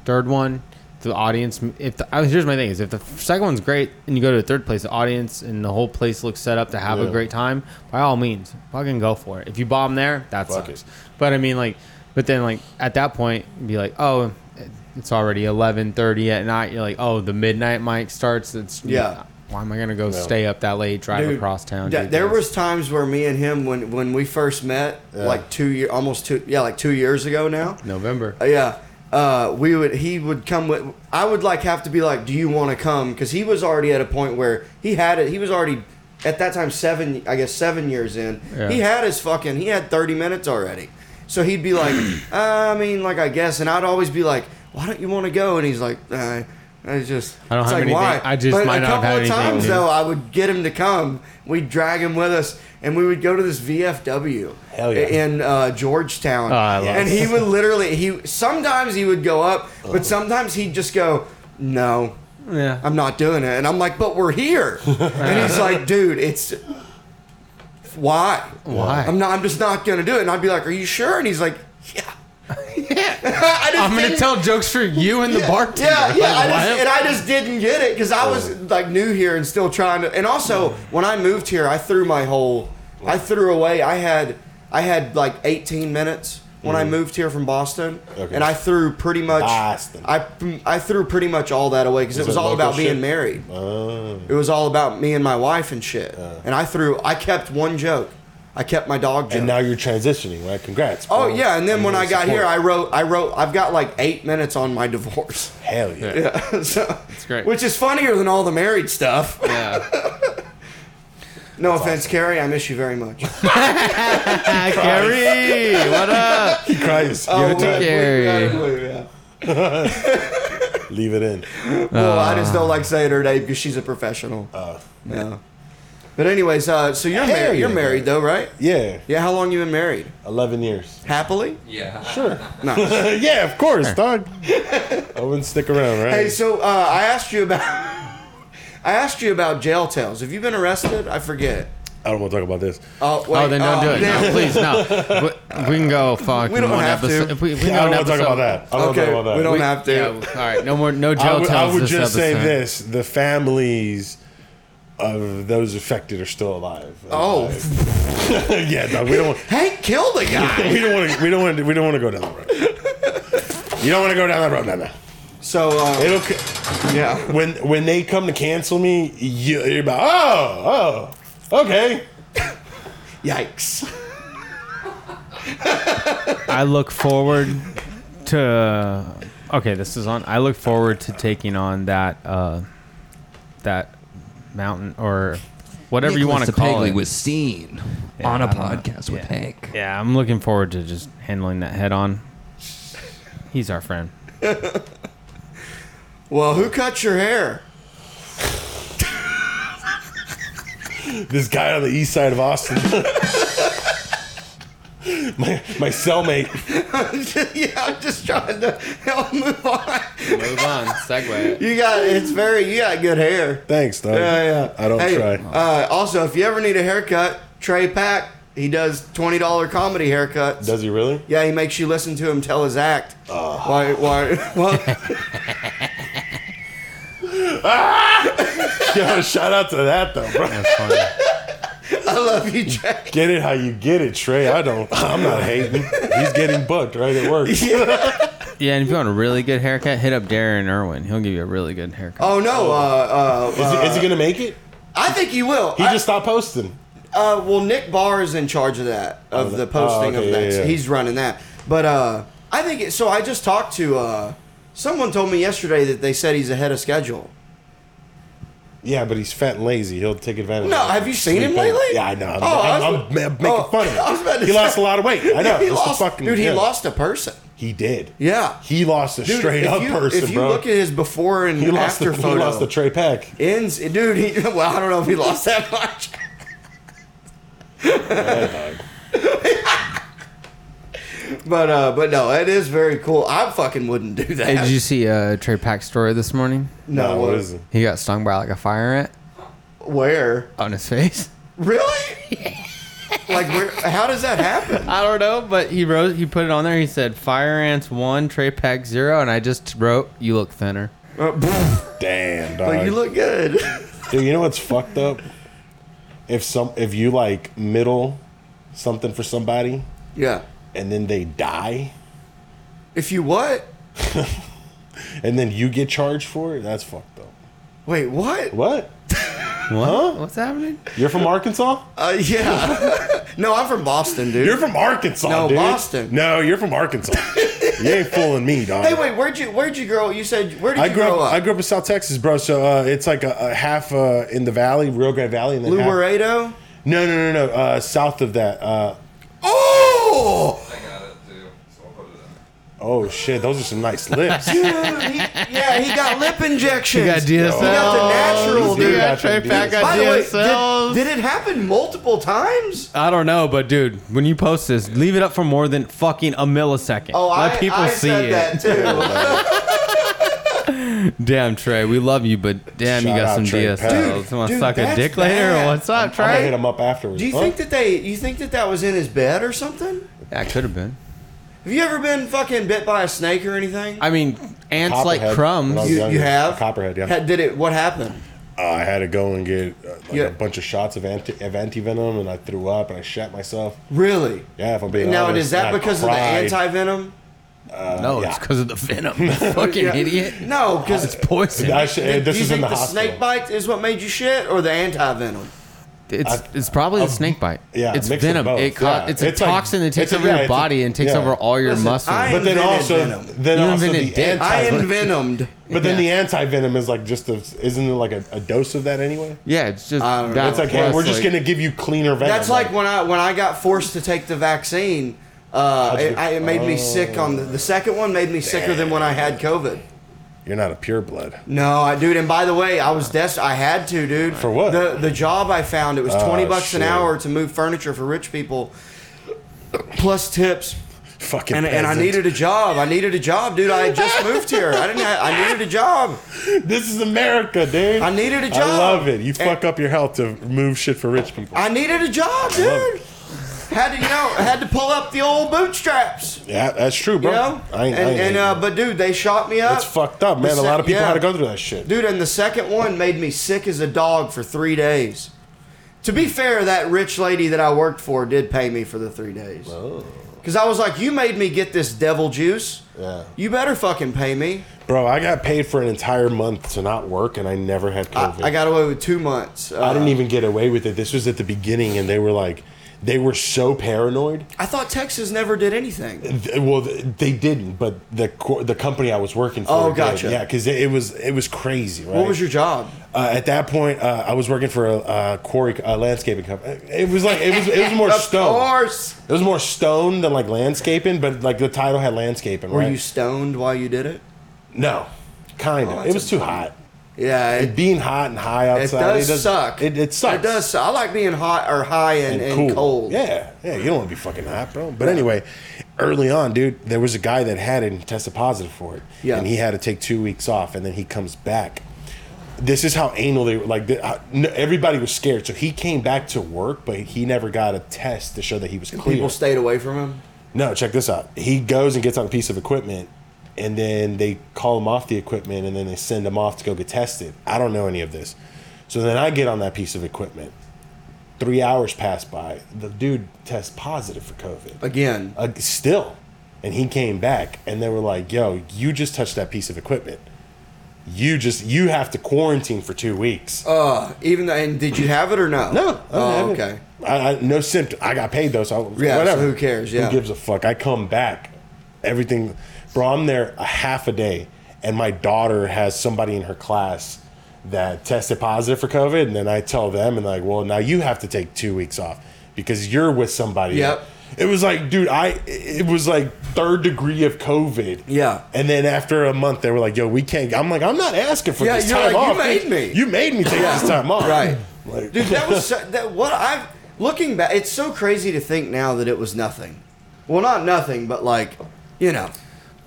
Third one, the audience. If the, uh, here's my thing is, if the second one's great and you go to the third place, the audience and the whole place looks set up to have
Yeah.
a great time. By all means, fucking go for it. If you bomb there, that
Fuck
sucks.
it.
But I mean, like, but then like at that point, be like, oh. It's already eleven thirty at night. You're like, oh, the midnight mic starts. It's
Yeah.
Why am I gonna go stay up that late, drive
Dude,
across town?
th-
do
there
this?
was times where me and him, when when we first met, like two year, almost two, yeah, like two years ago now.
November.
Uh, yeah. Uh, we would. He would come with. I would like have to be like, "Do you want to come?" Because he was already at a point where he had it. He was already at that time seven. I guess seven years in.
Yeah.
He had his fucking. He had thirty minutes already. So he'd be
[CLEARS THROAT]
like, "Uh, "I mean, like I guess," and I'd always be like, "Why don't you want to go?" And he's like, uh, "I just."
I don't
it's like,
have anything-
Why?
I just
but
might
a
not have
couple
had
of
anything
times
to do.
though, I would get him to come. We'd drag him with us, and we would go to this VFW
Hell yeah.
in uh, Georgetown,
Oh, I love
and
it. Oh.
he would literally he sometimes he would go up, but sometimes he'd just go, "No,
Yeah.
I'm not doing it." And I'm like, "But we're
[LAUGHS]
here," and he's like, "Dude, it's why?
Why?
I'm not. I'm just not gonna do it." And I'd be like, "Are you sure?" And he's like, "Yeah." [LAUGHS] I just
[LAUGHS] I'm
[LAUGHS]
gonna
didn't-
tell jokes for you and the [LAUGHS] bartender.
yeah, yeah. I
Like,
just,
what?
and I just didn't get it because I was like new here and still trying to. And also, when I moved here, I threw my whole. I threw away. I had I had like 18 minutes when I moved here from Boston,
Okay.
and I threw pretty much.
Boston.
I I threw pretty much all that away because it
Is
was
it
all
local
about being
shit?
married. It was all about me and my wife and shit. and I threw. I kept one joke. I kept my dog joke.
And now you're transitioning, right? Congrats.
Oh
bro.
yeah, and then when I got
support.
here, I wrote, I wrote, I've got like eight minutes on my divorce.
hell yeah.
Yeah, [LAUGHS] so it's
great.
Which is funnier than all the married
[LAUGHS]
stuff.
Yeah.
No offense, Carrie, I miss you very
[LAUGHS]
much.
Hi, Gary. What up?
He [LAUGHS] cries. Give it to him.
Carrie.
yeah.
Leave it in.
Well, I just
Uh.
don't like saying her name because she's a professional.
Uh,
yeah. But anyways, uh, so you're
Hell
married. You're
yeah.
married though, right?
yeah,
Yeah. How long you been married?
eleven years.
Happily.
Yeah.
Sure.
No.
[LAUGHS] yeah, of course, [LAUGHS] dog. I wouldn't stick around, right?
hey, so uh, I asked you about. [LAUGHS] I asked you about jail tales. Have you been arrested? I forget.
I don't want to talk about this.
Oh wait.
Oh, then don't
oh,
do it. No,
damn.
please, no. We, we can go fuck.
We don't
one
have to.
episode. If we, if we
I don't
can go
want
an
to talk
episode-
about that. I don't want to
Okay,
talk about that.
we don't have to.
Yeah, all right. No more. No
I
jail
would-
tells.
I would
this
just say
episode.
this: the families of those affected are still alive.
[LAUGHS] Oh.
[LAUGHS] yeah, no, we don't. want-
Hank killed
[LAUGHS]
a guy.
We don't want to. We don't want to. We don't want to go down that road. You don't want to go down that road, no, no.
so uh,
It'll c-
yeah.
when when they come to cancel me, you, you're about oh oh okay.
Yikes.
I look forward to. Okay, this is on. I look forward to taking on that uh, that mountain or whatever you want to
Nicholas
call
DePagley
it.
was seen on a
I don't know.
podcast with Hank.
yeah, I'm looking forward to just handling that head on. He's our friend.
Well, who cut your hair?
this guy on the east side of Austin. [LAUGHS] my my cellmate.
[LAUGHS] yeah, I'm just trying to help move on.
Move on. Segue.
You got it's very you got good hair.
Thanks, dog.
Yeah, yeah.
I don't
Hey,
try.
Uh, also, if you ever need a haircut, Trey Pack, he does twenty dollar comedy haircuts.
Does Uh. he really?
yeah, he makes you listen to him tell his act. Why? Why? [LAUGHS] why-
Yo, shout out to that though, [LAUGHS] bro.
That's funny.
I love you, Jack.
Get it how you get it, Trey. I don't. I'm not hating. He's getting booked right at [LAUGHS] work.
Yeah, and if you want a really good haircut, hit up Darren Irwin. He'll give you a really good haircut.
Oh no! Uh, uh,
Is,
uh,
he, is he gonna make it?
I think he will.
He
I-
just stopped posting.
Uh, well, Nick Barr is in charge of that, of the
that-
posting
oh, okay,
of that.
yeah, yeah.
He's running that. But uh, I think it, so. I just talked to uh, someone told me yesterday that they said he's ahead of schedule.
Yeah, but he's fat and lazy. He'll take advantage.
No,
of it.
have you seen
Sleep
him
in.
lately?
Yeah, I know. I'm,
Oh, I
I'm,
was-
I'm ma- making
oh,
fun of it.
[LAUGHS] I was about to
he lost
say.
a lot of weight. I know.
[LAUGHS] he
It's the
lost,
fucking-
dude. He
yeah.
lost a person.
He did.
Yeah.
He lost a
Dude,
straight
if
up
you,
person,
If you
bro.
look at his before and
he lost
after
the
photo,
he lost the Trey Pack.
ends. Dude, he, [LAUGHS] well, I don't know if he lost that much. [LAUGHS] but uh, but no, it is very cool. I fucking wouldn't do that.
Hey, did you see uh, Trey Pack's story this morning?
no,
what is it?
He got stung by like a fire ant
Where?
on his [LAUGHS] face.
Really? like where? How does that happen?
I don't know, but he wrote, he put it on there. He said, "Fire ants one, Trey Pack zero, and I just wrote, "You look thinner."
Damn, dog.
Like you look good. [LAUGHS]
Dude, you know what's fucked up? If some if you like middle something for somebody
yeah.
and then they die
If you what?
and then you get charged for it, that's fucked up.
Wait, what?
What?
What? What's happening?
You're from Arkansas?
Uh, yeah. [LAUGHS] no, I'm from Boston, dude.
You're from Arkansas,
No,
dude.
Boston.
No, you're from Arkansas. you ain't fooling me, dog.
[LAUGHS] hey, wait. Where'd you Where'd you grow? You said where did
I
you
grew
grow
up,
up?
I grew up in South Texas, bro. So uh, it's like a, a half uh, in the valley, Rio Grande Valley, and then half-
Laredo.
No, no, no, no. Uh, south of that. Uh,
Oh,
I got it too, so I'll put it in.
oh shit, those are some
[LAUGHS]
nice lips.
dude. He, yeah, he got lip injections.
He got DSL.
He got the natural,
He
dude.
got
Trey
the
Pack
DSL.
got
By the way,
DSLs.
did, did it happen multiple times?
I don't know, but dude, when you post this, leave it up for more than fucking a millisecond.
Oh,
Let
I,
people
I
see
said
it.
that too.
[LAUGHS]
Damn, Trey, we love you, but damn,
Shout
you got
out
some
Trey
DSLs.
Dude,
Want to
dude,
suck a
that's
dick later?
bad.
Or what's up,
I'm gonna hit
Trey?
him up afterwards.
Do you
Huh?
think that they? You think that that was in his bed or something?
That could have been.
Have you ever been fucking bit by a snake or anything?
I mean, ants like
Copperhead. When I
crumbs.
was
you,
younger,
you have
Copperhead, yeah.
Ha- did it? What happened?
Uh, I had to go and get uh, like
Yeah.
a bunch of shots of anti of antivenom, and I threw up and I shat myself.
Really?
Yeah, if I'm being
now
honest.
is that
and I
because
cried.
of the anti venom?
no,
yeah.
it's because of the venom.
[LAUGHS]
You fucking idiot.
No, because
It's poison.
I sh-
Do
this
you
is in
think
the,
the,
hospital.
snake bite is what made you shit, or the anti venom?
It's
I've-
it's probably the
I've-
snake bite.
yeah,
it's
mix of
venom.
both,
It
yeah.
ca- It's a
It's like-
toxin that
it's
takes
a-
over
yeah,
your
it's a-
body and takes
yeah.
over all your
Listen,
muscles.
I-
But then
Invented
also,
venom.
then
You
also
invented
the
dick.
I
anti.
envenomed.
But then
Yeah.
the anti venom is like just a, isn't it like a, a dose of that anyway?
yeah, it's just
I don't know.
that
It's like hey,
plus,
we're just
like-
gonna give you cleaner venom.
That's like when I when I got forced to take the vaccine. Uh,
you-
it, I, it made me sick on the, the second one. Made me sicker than when I had COVID.
you're not a pure blood.
No, I dude. And by the way, I was des. I had to, dude.
For what?
The the job I found. It was twenty
Oh,
bucks an
shit.
hour to move furniture for rich people, plus tips.
Fucking
And, and I
peasant. [LAUGHS]
needed a job. I needed a job, dude. I had just moved here. I didn't. Have, I needed a job.
This is America, dude.
I needed a job.
I love it. You
And-
fuck up your health to move shit for rich people.
I needed a job,
love
dude. Had to you know had to pull up the old bootstraps.
yeah, that's true,
You
bro.
know,
I ain't,
and,
I ain't
and uh, but dude, they shot me up.
it's fucked up, man. A lot of people
Yeah.
had to go through that shit.
Dude, and the second one made me sick as a dog for three days. To be fair, that rich lady that I worked for did pay me for the three days. Because I was like, you made me get this devil juice.
Yeah.
You better fucking pay me.
Bro, I got paid for an entire month to not work, and I never had COVID.
I, I got away with two months. Uh,
I didn't even get away with it. This was at the beginning, and they were like, they were so paranoid.
I thought Texas never did anything.
Th- Well, th- they didn't, but the co- the company I was working for.
Oh,
did.
gotcha.
Yeah, because it, it was it was crazy. Right?
What was your job?
Uh, at that point, uh, I was working for a uh, quarry uh, landscaping company. It was like it was it was
[LAUGHS]
more
of
stone.
course.
It was more stone than like landscaping, but like the title had landscaping.
Were
right?
you stoned while you did it?
No, kind of.
Oh, that's
it was
a
too
bummer.
hot.
Yeah, it,
It being hot and high
it
outside.
does
doesn't-
suck.
It, it sucks.
It does suck. I like being hot or high and, and, cold.
Yeah, yeah. You don't want to be fucking hot, bro. But anyway, early on, dude, there was a guy that had it and tested positive for it.
Yeah.
And he had to take two weeks off, and then he comes back. This is how anal they were. Like th- how- n- everybody was scared, so he came back to work, but he never got a test to show that he was clear.
People stayed away from him.
No, check this out. He goes and gets on a piece of equipment, and then they call him off the equipment, and then they send him off to go get tested. I don't know any of this. So then I get on that piece of equipment. Three hours pass by. The dude tests positive for COVID.
Again,
Uh, still. And he came back, and they were like, yo, you just touched that piece of equipment. You just, you have to quarantine for two weeks.
uh, even though, and did you have it or no?
No. I don't
Oh,
have it.
okay.
I, I, no symptom. I got paid though, so I,
Yeah, so
whatever.
who cares, yeah.
Who gives a fuck? I come back. Everything, bro. I'm there a half a day, and my daughter has somebody in her class that tested positive for COVID, and then I tell them, and like, well, now you have to take two weeks off because you're with somebody.
Yep.
It was like, dude, I. It was like third degree of COVID.
Yeah.
And then after a month, they were like, "Yo, we can't." I'm like, "I'm not asking for
Yeah,
this
you're
time
like, you
off.
made me.
You made me take this time off.
Right.
Like,
Dude, that was so, that. What I've looking back, it's so crazy to think now that it was nothing. Well, not nothing, but like you know,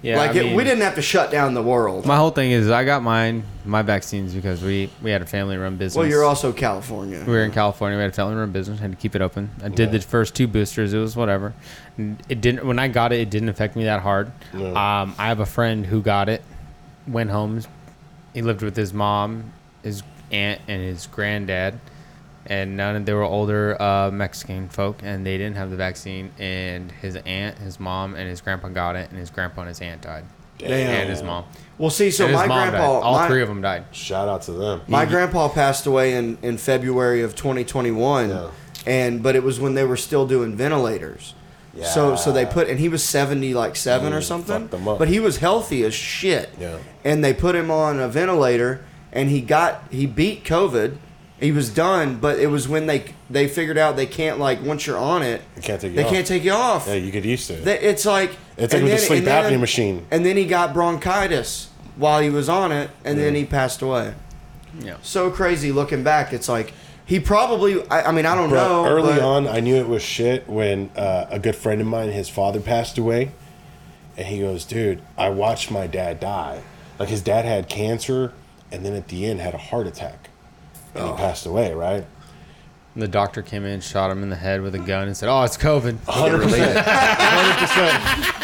Yeah,
like
I
it,
mean-
we didn't have to shut down the world.
My whole thing is I got mine, my vaccines because we we had a family run business.
well, you're also California.
we were in California. We had a family run business. Had to keep it open. I did the first two boosters. It was whatever. And It didn't. When I got it, it didn't affect me that hard. Um, I have a friend who got it, went home. He lived with his mom, his aunt, and his granddad, and none. of- They were older uh, Mexican folk, and they didn't have the vaccine. And his aunt, his mom, and his grandpa got it, and his grandpa and his aunt died.
Damn.
And his mom.
well, see, so
and his
my
mom
grandpa,
died. All
my,
three of them died.
Shout out to them.
My grandpa passed away in, in February of 2021,
Yeah.
and but it was when they were still doing ventilators. So so they
Yeah.
put and he was 70 like 7 or
Mm,
something.
fucked him up.
But he was healthy as shit.
Yeah.
And they put him on a ventilator and he got he beat COVID. He was done, but it was when they they figured out they can't like once you're on it,
They can't take you
they
off.
can't take you off.
Yeah, you get used to it.
They- It's like
It's like with the sleep
and
apnea machine.
And then he got bronchitis while he was on it, and then he passed away.
Yeah.
So crazy looking back. It's like he probably. I, I mean, I don't
Bro,
know.
early
but-
on, I knew it was shit when uh, a good friend of mine, his father passed away, and he goes, "Dude, I watched my dad die. Like his dad had cancer, and then at the end had a heart attack, and
Oh.
he passed away. Right?
And the doctor came in, shot him in the head with a gun, and said, "Oh, it's COVID."
Hundred percent. Hundred percent.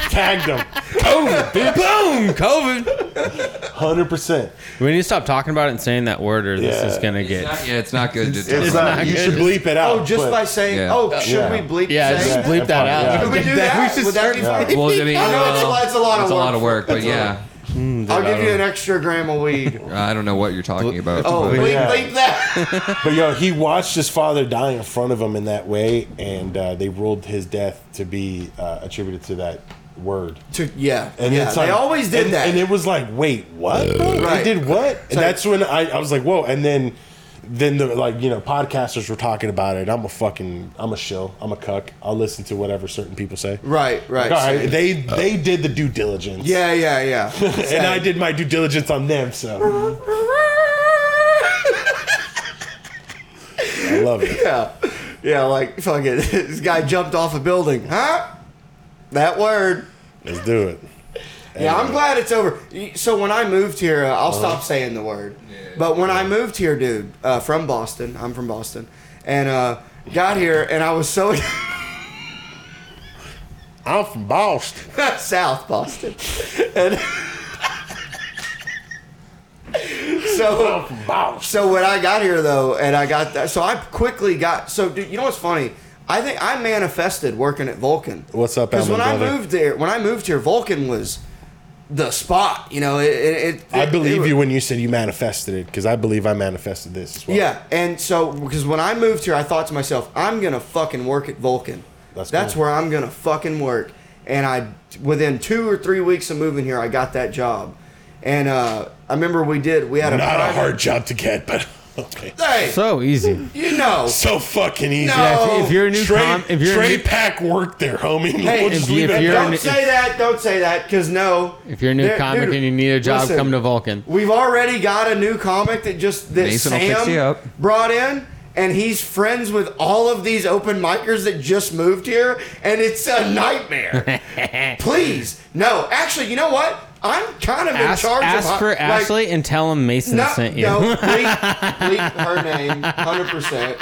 [LAUGHS] Tagged him. COVID,
Boom, COVID.
Hundred percent.
We need to stop talking about it and saying that word, or this
Yeah.
is gonna get.
Yeah, it's not good. To
It's,
talk.
not. you should bleep it out.
Oh, just
but-
by saying.
Yeah.
Oh, should
Yeah.
we bleep?
yeah,
saying-
Yeah,
just bleep that
yeah.
out.
Should we do that?
should
Would that be
start-
funny?
Well, I mean, uh,
I know it's, a lot- it's a lot of
it's a
work.
lot of work, but yeah, uh,
I'll give you an extra gram of weed.
I don't know what you're talking
[LAUGHS]
about.
Oh,
but-
bleep,
Yeah.
bleep that.
But yo, he watched his father die in front of him in that way, and uh, they ruled his death to be uh, attributed to that word.
[LAUGHS] To- yeah,
And
yeah.
it's
They
like-
always did
and-
that.
and it was like, wait, what? bro?
Right.
They did what? And
like-
that's when I, I was like, whoa. And then, then the like you know podcasters were talking about it. I'm a fucking, I'm a shill, I'm a cuck. I'll listen to whatever certain people say.
right, right.
Like, all right, they they did the due diligence.
yeah, yeah, [LAUGHS] yeah.
and I did my due diligence on them.
[LAUGHS]
So I love it.
Yeah. Yeah, like fucking [LAUGHS] this guy jumped off a building. Huh? That word.
Let's do it.
Yeah, I'm glad it's over. Y- So when I moved here, uh,
Uh-huh.
I'll stop saying the word. But when I moved here, dude, uh, from Boston, I'm from Boston, and uh, got here, and I was so [LAUGHS]
I'm from Boston.
South Boston, and [LAUGHS] so
Boston.
So when I got here though, and I got that, so I quickly got. So dude, you know what's funny? I think I manifested working at Vulcan.
What's up,
Because when
Almond
I
Brother?
moved there, when I moved here, Vulcan was the spot. You know, it. it, it
I
it-
believe
it-
you when you said you manifested it because I believe I manifested this as well.
Yeah, and so because when I moved here, I thought to myself, I'm gonna fucking work at Vulcan.
That's
That's that's
cool.
where I'm gonna fucking work. And I, within two or three weeks of moving here, I got that job. And uh, I remember we did. We had a
Not a
private-
hard job to get, but Okay.
Hey,
So easy.
you know.
So fucking easy.
No.
If- if you're a new
Trey,
com, if you're
Trey
a new,
Pack worked there, homie.
Hey,
We'll just
if-
leave it
if
at
you're
that.
Don't say that. Don't say that, because no.
if you're a new
There-
comic
dude,
and you need a job,
listen,
come to Vulcan.
We've already got a new comic that just that
Mason will
Sam
fix you up.
brought in, and he's friends with all of these open micers that just moved here, and it's a
[LAUGHS]
nightmare. Please, no. Actually, you know what? I'm kind of
Ask,
in charge
ask
of
for
like,
Ashley and tell him Mason
No,
sent you. [LAUGHS]
no, bleep, bleep her name, hundred percent.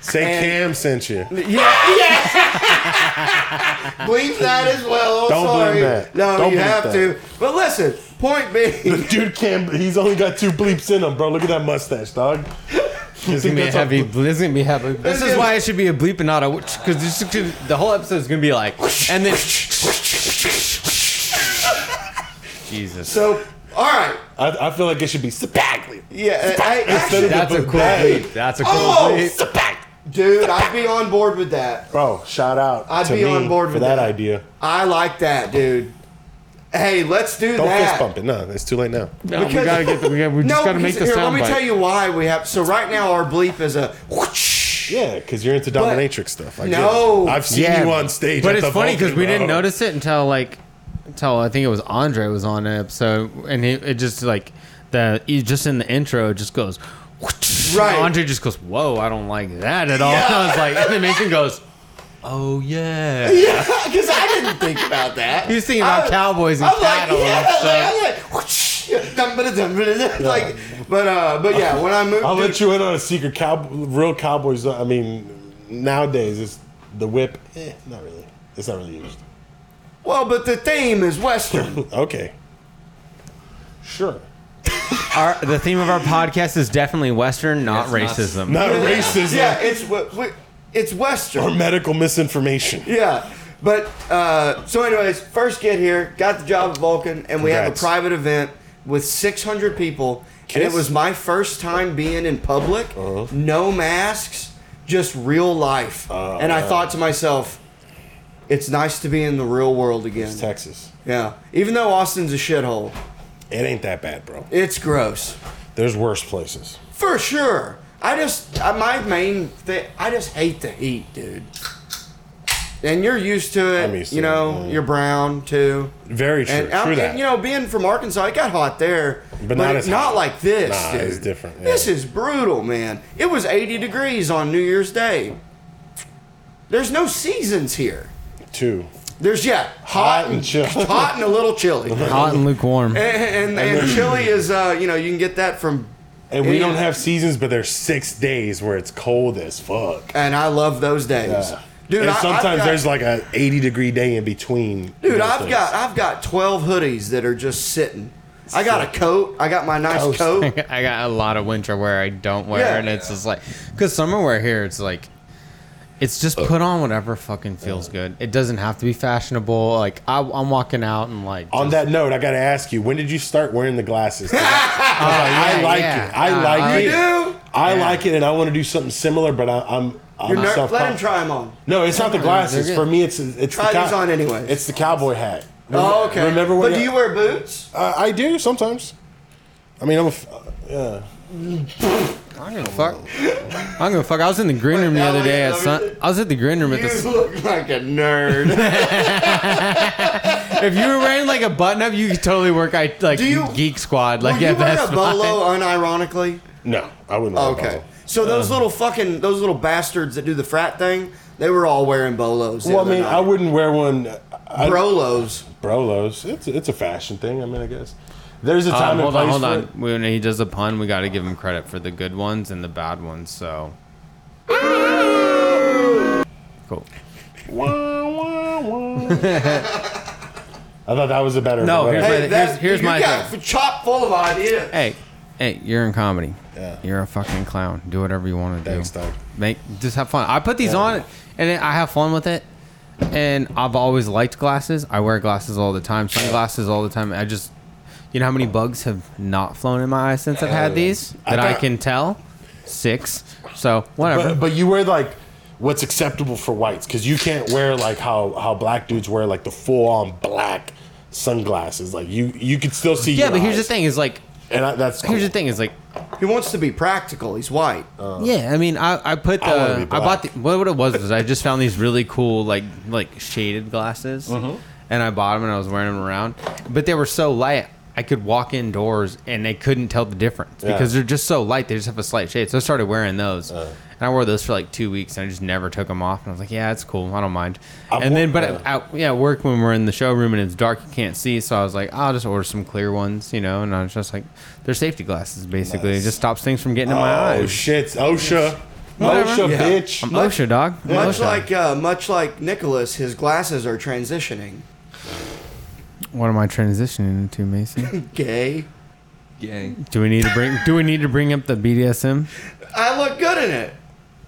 Say
And-
Cam sent you.
Yeah, [LAUGHS] yeah. bleep that as well.
Don't bleep
sorry.
that.
No,
Don't
you
bleep
have
that.
to. But listen, point being. [LAUGHS]
Dude, Cam, he's only got two bleeps in him, bro. Look at that mustache, [LAUGHS] dog.
This is gonna be a heavy. This is gonna be heavy. This is why it should be a bleep and not a because the whole episode is gonna be like and then. Jesus.
So, all right.
I, I feel like it should be Spagli.
Yeah, I,
Instead
actually,
of-
That's a cool
Hey.
bleep. That's a cool
Oh!
bleep.
dude, I'd be on board with that.
Bro, shout out
I'd
to
be
me
on board
for
with
that,
that.
idea.
I like that, dude. Hey, let's do
Don't
that.
fist bump it. No, it's too late now.
No, we gotta get. The, we, gotta, we just gotta make
because-
the
here,
sound
Let me tell
bite.
you why we have. So right now, our bleep is a. [LAUGHS] whoosh.
Yeah, because you're into dominatrix stuff. I get it.
No.
I've seen
Yeah,
you on stage.
But
at
it's
the
funny because
Vulcan,
we didn't
bro.
notice it until like, until I think it was Andre was on an episode, and he, it just like the it just in the intro it just goes. [LAUGHS]
Right.
Andre just goes, "Whoa, I don't like that at all." [LAUGHS] I was like, and then Mason goes, "Oh yeah."
Yeah, because I didn't think about that.
He was thinking about cowboys and
I'm like,
cattle
yeah,
and
like,
stuff.
I'm like, [LAUGHS] whoosh, dum, ba, da, dum, ba, da, dum. like, but uh, but yeah,
[LAUGHS]
when I moved,
I'll
dude,
let you in on a secret. Cow, real cowboys. I mean, nowadays it's the whip. Eh, not really. It's not really used.
well, but the theme is western.
Okay. Sure.
Our, the theme of our podcast is definitely Western, not
It's not-
[LAUGHS] racism.
Not racism
yeah, it's what we- it's western.
or medical misinformation.
Yeah. But uh, so, anyways, first get here, got the job at Vulcan, and we have a
Congrats.
private event with 600 people. And it
Kiss. Uh-huh.
was my first time being in public, no masks, just real life.
Oh,
and I thought to myself, it's nice to be in the real world again.
It's Texas.
yeah. Even though Austin's a shithole,
It ain't that bad, bro.
it's gross.
There's worse places.
For sure. I just, I, my main thing, I just hate the heat, dude. And you're used to it.
I'm used to it,
you know,
yeah.
you're brown too.
Very true.
And,
true
I'm- and,
that.
you know, being from Arkansas, it got hot there, but, not,
as hot.
like this.
Nah,
dude.
it's different, yeah.
This is brutal, man. It was 80 degrees on New Year's Day. There's no seasons here.
Two.
There's yeah, hot,
Hot and chill.
hot and a little
[LAUGHS]
chilly. and
Hot and lukewarm.
and, and chilly is uh, you know you can get that from.
And we
Yeah.
don't have seasons, but there's six days where it's cold as fuck.
And I love those days, dude.
and
I- I've
sometimes
got-
there's like a 80 degree day in between.
Dude,
those
I've
things.
got I've got twelve hoodies that are just sitting. I got a coat. I got my nice
Coast. [LAUGHS]
coat.
[LAUGHS] I got a lot of winter wear I don't wear,
Yeah.
and it's just like because summer wear here, it's like it's just put on whatever fucking feels good. It doesn't have to be fashionable. Like I, I'm walking out and like
On
just-
that note, I gotta ask you, when did you start wearing the
[LAUGHS]
glasses? 'Cause I, I
Oh, yeah,
like
yeah.
it. I
Uh,
like
I-
it.
You do?
I like it, and I want to do something similar, but I, I'm. I'm
Your ner-
self-
let him try them on.
No, it's not the glasses.
good.
For me, it's it's
Try
the
these on anyway.
It's the cowboy hat.
Oh, okay.
Remember when?
But do you wear boots?
Uh, I do sometimes. I mean, I'm. A f- uh, yeah.
I'm gonna fuck. I'm gonna fuck. I was in the green room the
now
other
I
day. At
love
sun,
it.
I was at the green room at
You
the. s-
look like
[LAUGHS]
a nerd.
If you were wearing like a button up, you could totally work. I like
Do you-
geek squad.
Like
Like
Were
yeah,
you wearing a
that's
bolo unironically?
No, I wouldn't. wear a
Okay.
bolo.
So those
Uh-huh.
little fucking those little bastards that do the frat thing, they were all wearing bolos. the
Well, I
other
mean,
night.
I wouldn't wear one. uh, I,
Brolos.
Brolos. It's it's a fashion thing. I mean, I guess there's a time
Um, hold on,
and place
hold
for
on.
it.
When he does a pun, we got to give him credit for the good ones and the bad ones. So cool.
I thought that was a better.
No,
whatever.
here's
Hey,
Here's-
that,
here's
you
my
got
thing.
f- chop full of ideas.
Hey, hey, you're in comedy.
Yeah.
You're a fucking clown. Do whatever you want to do.
Thanks, dog.
Make just have fun. I put these on, and I have fun with it. And I've always liked glasses. I wear glasses all the time, sunglasses all the time. I just, you know, how many bugs have not flown in my eyes since I've had these
I
that I,
thought-
can tell? Six. So whatever.
but, but you wear like what's acceptable for whites because you can't wear like how how black dudes wear like the full on black sunglasses. Like you you could still see.
yeah,
your
but here's the
eyes.
thing: is like
and I, that's
here's the
cool.
thing is like
He wants to be practical. He's white.
yeah, I mean, I, I put the
Um, I wanna
I,
be
bought the
black.
what, what it was was I just found these really cool like like shaded glasses,
Mm-hmm.
and I bought them and I was wearing them around, but they were so light I could walk indoors and they couldn't tell the difference
Yeah. Uh.
because they're just so light they just have a slight shade. So I started wearing those. and I wore those for like two weeks, and I just never took them off. And I was like, "Yeah, it's cool. I don't mind."
I've
and then,
wor-
but
uh,
at, yeah, at work when we're in the showroom and it's dark, you can't see. So I was like, "I'll just order some clear ones," you know. And I was just like, "They're safety glasses, basically.
Nice.
It just stops things from getting in
Oh
my eyes."
shit, OSHA,
Whatever.
OSHA,
Yeah.
bitch.
I'm OSHA, dog. I'm
Much
OSHA.
like uh, much like Nicholas, his glasses are transitioning.
what am I transitioning into, Mason?
Gay.
Yay.
[LAUGHS] Do we need to bring? Do we need to bring up the BDSM?
I look good in it.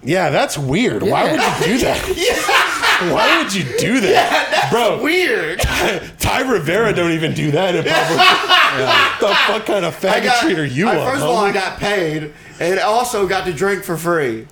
Yeah, that's weird. Why would you do
[LAUGHS]
that? Why would you do that, bro?
Weird.
[LAUGHS] Ty Rivera don't even do that in public. [LAUGHS] The fuck kind of
I got.
faggotry are you?
I-
on,
first of all, I
homie?
got paid, and also got to drink for free.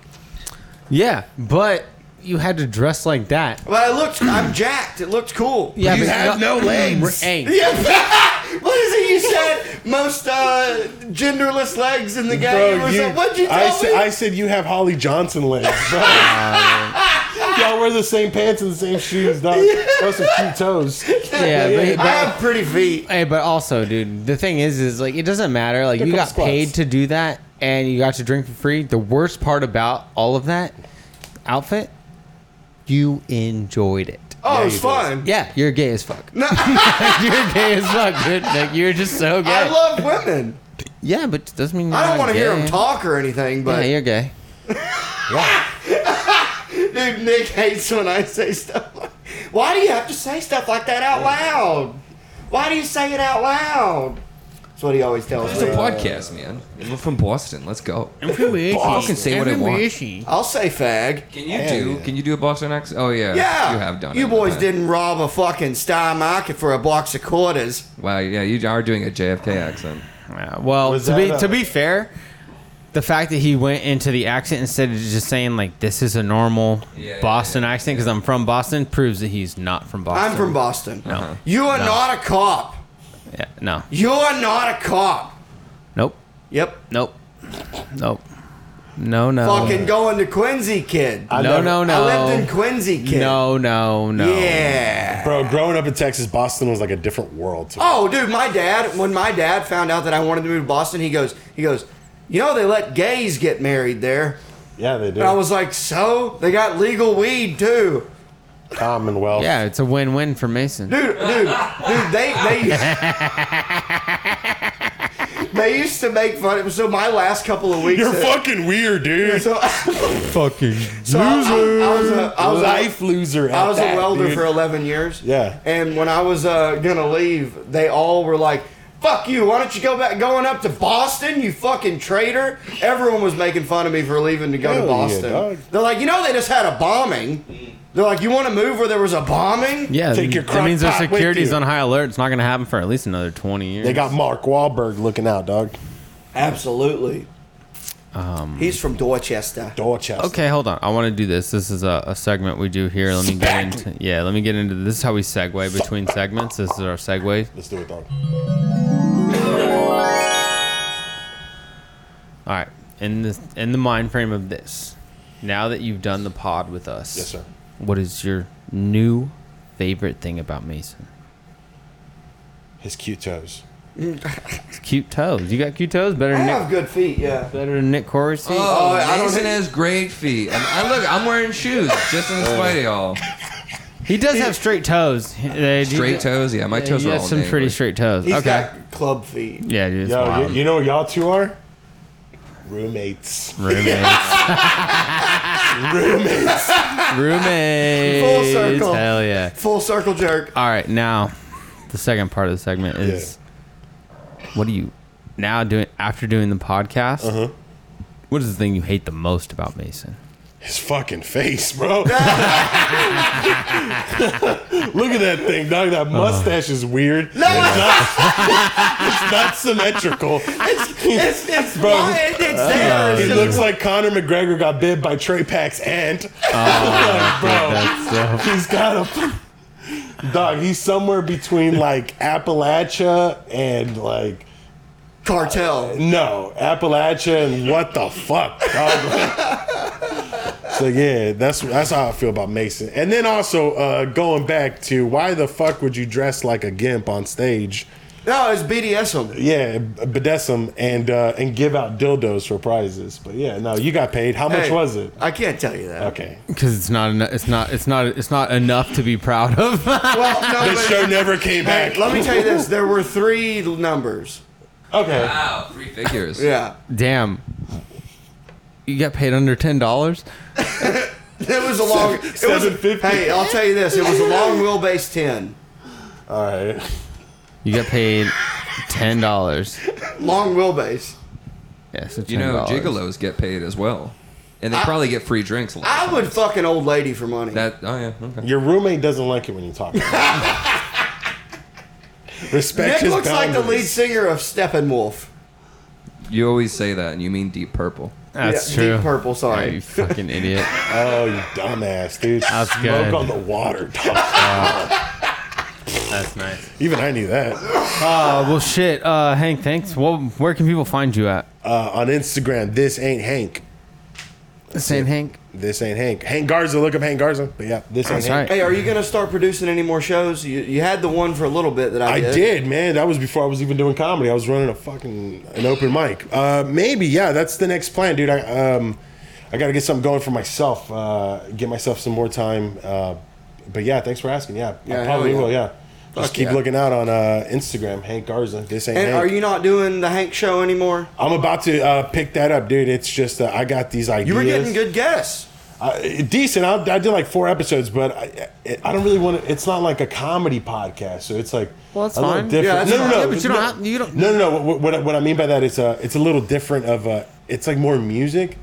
Yeah, but you had to dress like that.
But I
[CLEARS THROAT]
looked. I'm jacked. It looked cool.
Yeah,
You have no legs.
Hey,
Yeah. [LAUGHS] what is it you said? Most uh, genderless legs in the game.
Bro,
or
you-
something. What'd you tell
I,
me?
said- I said you have Holly Johnson legs, bro.
[LAUGHS]
[LAUGHS] Y'all wear the same pants and the same shoes, dog. Those are cute toes.
yeah, but,
I have pretty feet.
Hey, but also, dude, the thing is, is like it doesn't matter. Like you
couple
got
squats.
paid to do that, and you got to drink for free. The worst part about all of that outfit, you enjoyed it.
Oh,
Yeah,
it's
you do.
fun.
Yeah, you're gay as fuck. [LAUGHS] you're gay as fuck, dude. Like you're just so gay.
I love women.
yeah, but it doesn't mean you're
I don't
want to
hear him talk or anything,
Yeah,
but
you're gay.
dude, Nick hates when I say stuff. Like, Why do you have to say stuff like that out loud? Why do you say it out loud? That's what he always tells
It's a
me.
podcast, man. We're from Boston. Let's go.
I'm too itchy.
I can say what I want.
I'll say fag.
Can you
Hell
do?
yeah.
Can you do a Boston accent? Oh yeah.
Yeah,
You have done.
You
it.
boys
Okay.
didn't rob a fucking star market for a box of quarters.
Wow. Yeah. You are doing a JFK accent.
Yeah, well,
Was
to be
that, uh,
to be fair, the fact that he went into the accent instead of just saying like this is a normal
Yeah, yeah,
Boston accent because I'm from Boston proves that he's not from Boston.
I'm from Boston.
No.
You are not a cop.
Yeah, no.
You are not a cop.
Nope.
Yep.
Nope. Nope. No.
Oh.
No.
Fucking going to Quincy, kid. I,
I
no,
never-
no. No.
lived in Quincy, kid.
No. No. No.
Yeah.
Bro, growing up in Texas, Boston was like a different world to me.
Oh, dude, my dad. When my dad found out that I wanted to move to Boston, he goes, he goes, you know they let gays get married there.
Yeah, they do.
And I was like, so they got legal weed too,
Commonwealth.
Yeah, it's a win-win for Mason.
dude, dude, dude. They they they used to make fun. of So my last couple of weeks.
You're
that-
fucking weird, dude.
So, [LAUGHS]
fucking
so I- I, I was a, I was a-
life loser. at
I was
that,
a welder
dude.
for 11 years.
Yeah.
And when I was uh, gonna leave, they all were like, "Fuck you! Why don't you go back? Going up to Boston, you fucking traitor!" Everyone was making fun of me for leaving to go
Hell
to
yeah,
Boston.
dog.
They're like, "You know, they just had a bombing." They're like, "You want to move where there was a bombing?"
Yeah,
Take your
that means
crock
their
pot with
security's
you.
on high alert. It's not going to happen for at least another 20 years.
They got Mark Wahlberg looking out, dog.
Absolutely.
Um,
He's from Dorchester.
Dorchester.
Okay, hold on. I want to do this. This is a, a segment we do here. Let me get into yeah. Let me get into this. Is how we segue between segments. This is our segue.
Let's do it, dog.
All right. In the in the mind frame of this, now that you've done the pod with us,
Yes, sir.
What is your new favorite thing about Mason?
His cute toes.
It's cute toes. You got cute toes. Better
I
than Nick,
have good feet. Yeah.
better than Nick Corey's feet.
Oh,
I don't
Mason
think-
has great feet. And I look. I'm wearing shoes just in spite of y'all.
he does have straight toes. They- he-
Straight toes. Yeah. My
yeah,
toes
he
are
has
all.
some pretty
dangly.
straight toes.
He's
okay.
got club feet.
yeah, dude. it's
Yo,
wild.
you, you know what y'all two are? Roommates.
[LAUGHS]
Roommates. Roommates.
Full circle.
Hell yeah.
Full circle
[LAUGHS]
jerk. [LAUGHS]
All right, now the second part of the segment is what do you now doing after doing the podcast?
Uh-huh.
What is the thing you hate the most about Mason?
His fucking face, [LAUGHS] bro. Look at that thing, dog. That mustache is [LAUGHS] weird. No, it's not, it's not symmetrical.
It's, it's,
Bro. Uh,
why- it's there.
He
It's
looks like Conor McGregor got bit by Trey Pack's aunt. Uh, [LAUGHS] bro,
So,
he's got a dog. He's somewhere between like Appalachia and like
cartel.
No, Appalachia and what the fuck? dog?
[LAUGHS]
so yeah, that's that's how I feel about Mason. And then also uh, going back to why the fuck would you dress like a gimp on stage?
No, it's BDSM.
Yeah, bedesum and uh, and give out dildos for prizes. But yeah, no, you got paid. How much
Hey,
was it?
I can't tell
[LAUGHS]
you that.
Okay,
because it's not enough. It's not. It's not. It's not enough to be proud of. [LAUGHS]
Well, no,
the
but-
show never came
Hey,
back.
let me tell you this: there
[LAUGHS]
were three numbers.
Okay,
Wow, three figures.
Yeah,
Damn. You got paid under ten dollars.
it was a long. It was,
$7.50.
hey, I'll tell you this: it was a long wheelbase ten,
all right.
You got paid ten dollars.
long wheelbase.
Yeah, so $10.
You know, gigolos get paid as well, and they probably get free drinks. A lot.
I would fuck an old lady for money.
that. Oh yeah. Okay.
Your roommate doesn't like it when you talk.
[LAUGHS]
Respect
Nick
his
looks like the lead
boundaries.
singer of Steppenwolf.
You always say that, and you mean Deep Purple.
That's
Yeah,
true.
Deep Purple, sorry.
Yeah, you fucking idiot.
Oh, you dumbass, dude.
That's
Smoke
good.
on the water. dog. [LAUGHS]
That's nice.
Even I knew that.
Uh, well, shit, uh, Hank. Thanks. Well, where can people find you at?
Uh, on Instagram, this ain't Hank.
Saint Hank.
This ain't Hank. Hank Garza. Look up Hank Garza. But yeah, this ain't
That's
Hank.
right.
Hey, are you gonna start producing any more shows? You, you had the one for a little bit that I,
I did, man. That was before I was even doing comedy. I was running a fucking an open mic. Uh, maybe, yeah. That's the next plan, dude. I um, I gotta get something going for myself. Uh, get myself some more time. Uh, but yeah, thanks for asking. Yeah,
Yeah,
I probably
hell yeah.
will. Yeah. Just
Fuck
keep
yeah.
looking out on uh, Instagram, Hank Garza. This ain't
And
Hank.
are you not doing the Hank show anymore?
I'm about to uh, pick that up, dude. It's just uh, I got these ideas.
You were getting good guests.
I, decent. I, I did like four episodes, but I, I don't really want to. It's not like a comedy podcast, so it's like
Well, that's
a little
fine.
different.
Yeah,
no,
that's
no, no,
fine.
Yeah, but you
no,
don't have- you don't-
No, no, no. What, what, I- what I mean by that is, uh, it's a little different. Of uh, it's like more music,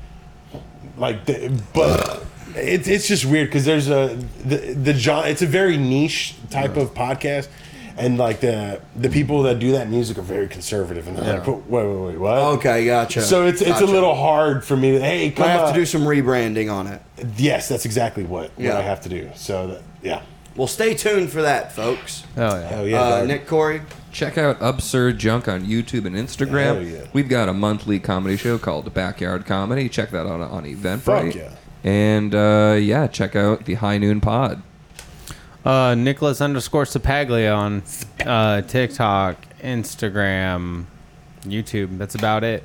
like, the, but it's it's just weird because there's a the the genre. It's a very niche type of podcast. And like the the people that do that music are very conservative, and they're like, "Wait, wait, wait, what?"
Okay, gotcha.
So it's it's a
Gotcha.
little hard for me. To, hey, come
I have
on.
to do some rebranding on it.
Yes, that's exactly what,
Yeah.
what I have to do. So, that, yeah.
Well, stay tuned for that, folks.
Oh yeah.
Hell yeah.
uh,
dog.
Nick Corey.
Check out Absurd Junk on YouTube and
Hell
Instagram.
yeah.
We've got a monthly comedy show called Backyard Comedy. Check that out on Eventbrite.
Fuck yeah.
And uh, yeah, check out the High Noon Pod.
Uh, Nicholas underscore Sapaglia on uh, TikTok, Instagram, YouTube. That's about it.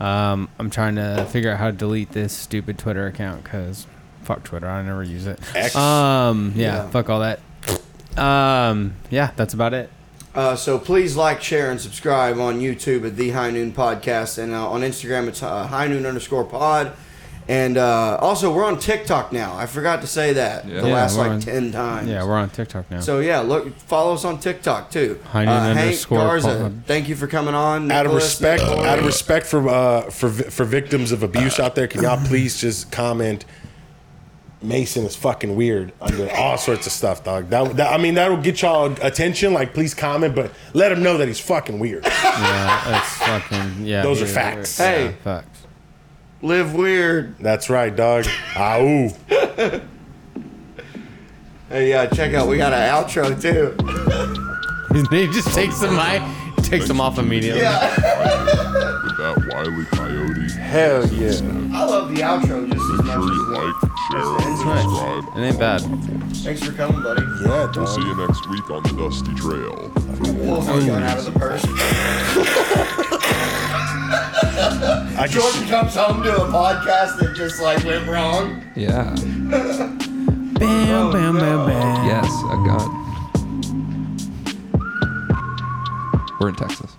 Um, I'm trying to figure out how to delete this stupid Twitter account because fuck Twitter. I never use it.
X.
Um, yeah,
Yeah.
fuck all that. Um, yeah, that's about it.
Uh, so please like, share, and subscribe on YouTube at The High Noon Podcast, and uh, on Instagram it's uh, High Noon underscore Pod. And uh, also, we're on TikTok now. I forgot to say that
Yeah.
the
Yeah,
last
we're
like
on-
ten times.
Yeah, we're on TikTok now.
So yeah, look, follow us on TikTok too. Uh,
High Noon underscore Pod.
thank you for coming on.
out of
Nicholas.
respect, out of respect for uh, for vi- for victims of abuse out there, can y'all please just comment? Mason is fucking weird under all sorts of stuff, dog. That, that I mean, that'll get y'all attention. Like, please comment, but let him know that he's fucking weird.
yeah, it's fucking yeah.
Those are
yeah,
facts.
yeah,
Hey.
facts.
Live weird.
That's right, dog. Ow.
Hey, yeah, check out. We got an outro too.
[LAUGHS] he just takes them. I takes them off immediately.
With that wily coyote.
Hell yeah.
I love the outro just as
Make sure you
much.
like, share, and
right.
subscribe.
It ain't bad.
As Thanks for coming, buddy.
Yeah,
We'll see
dog.
you next week on the Dusty Trail.
Pulls my gun out of the purse.
[LAUGHS] I just,
comes home to a podcast that just like went wrong.
Yeah.
Bam, bam, bam, bam.
Yes, a god. We're in Texas.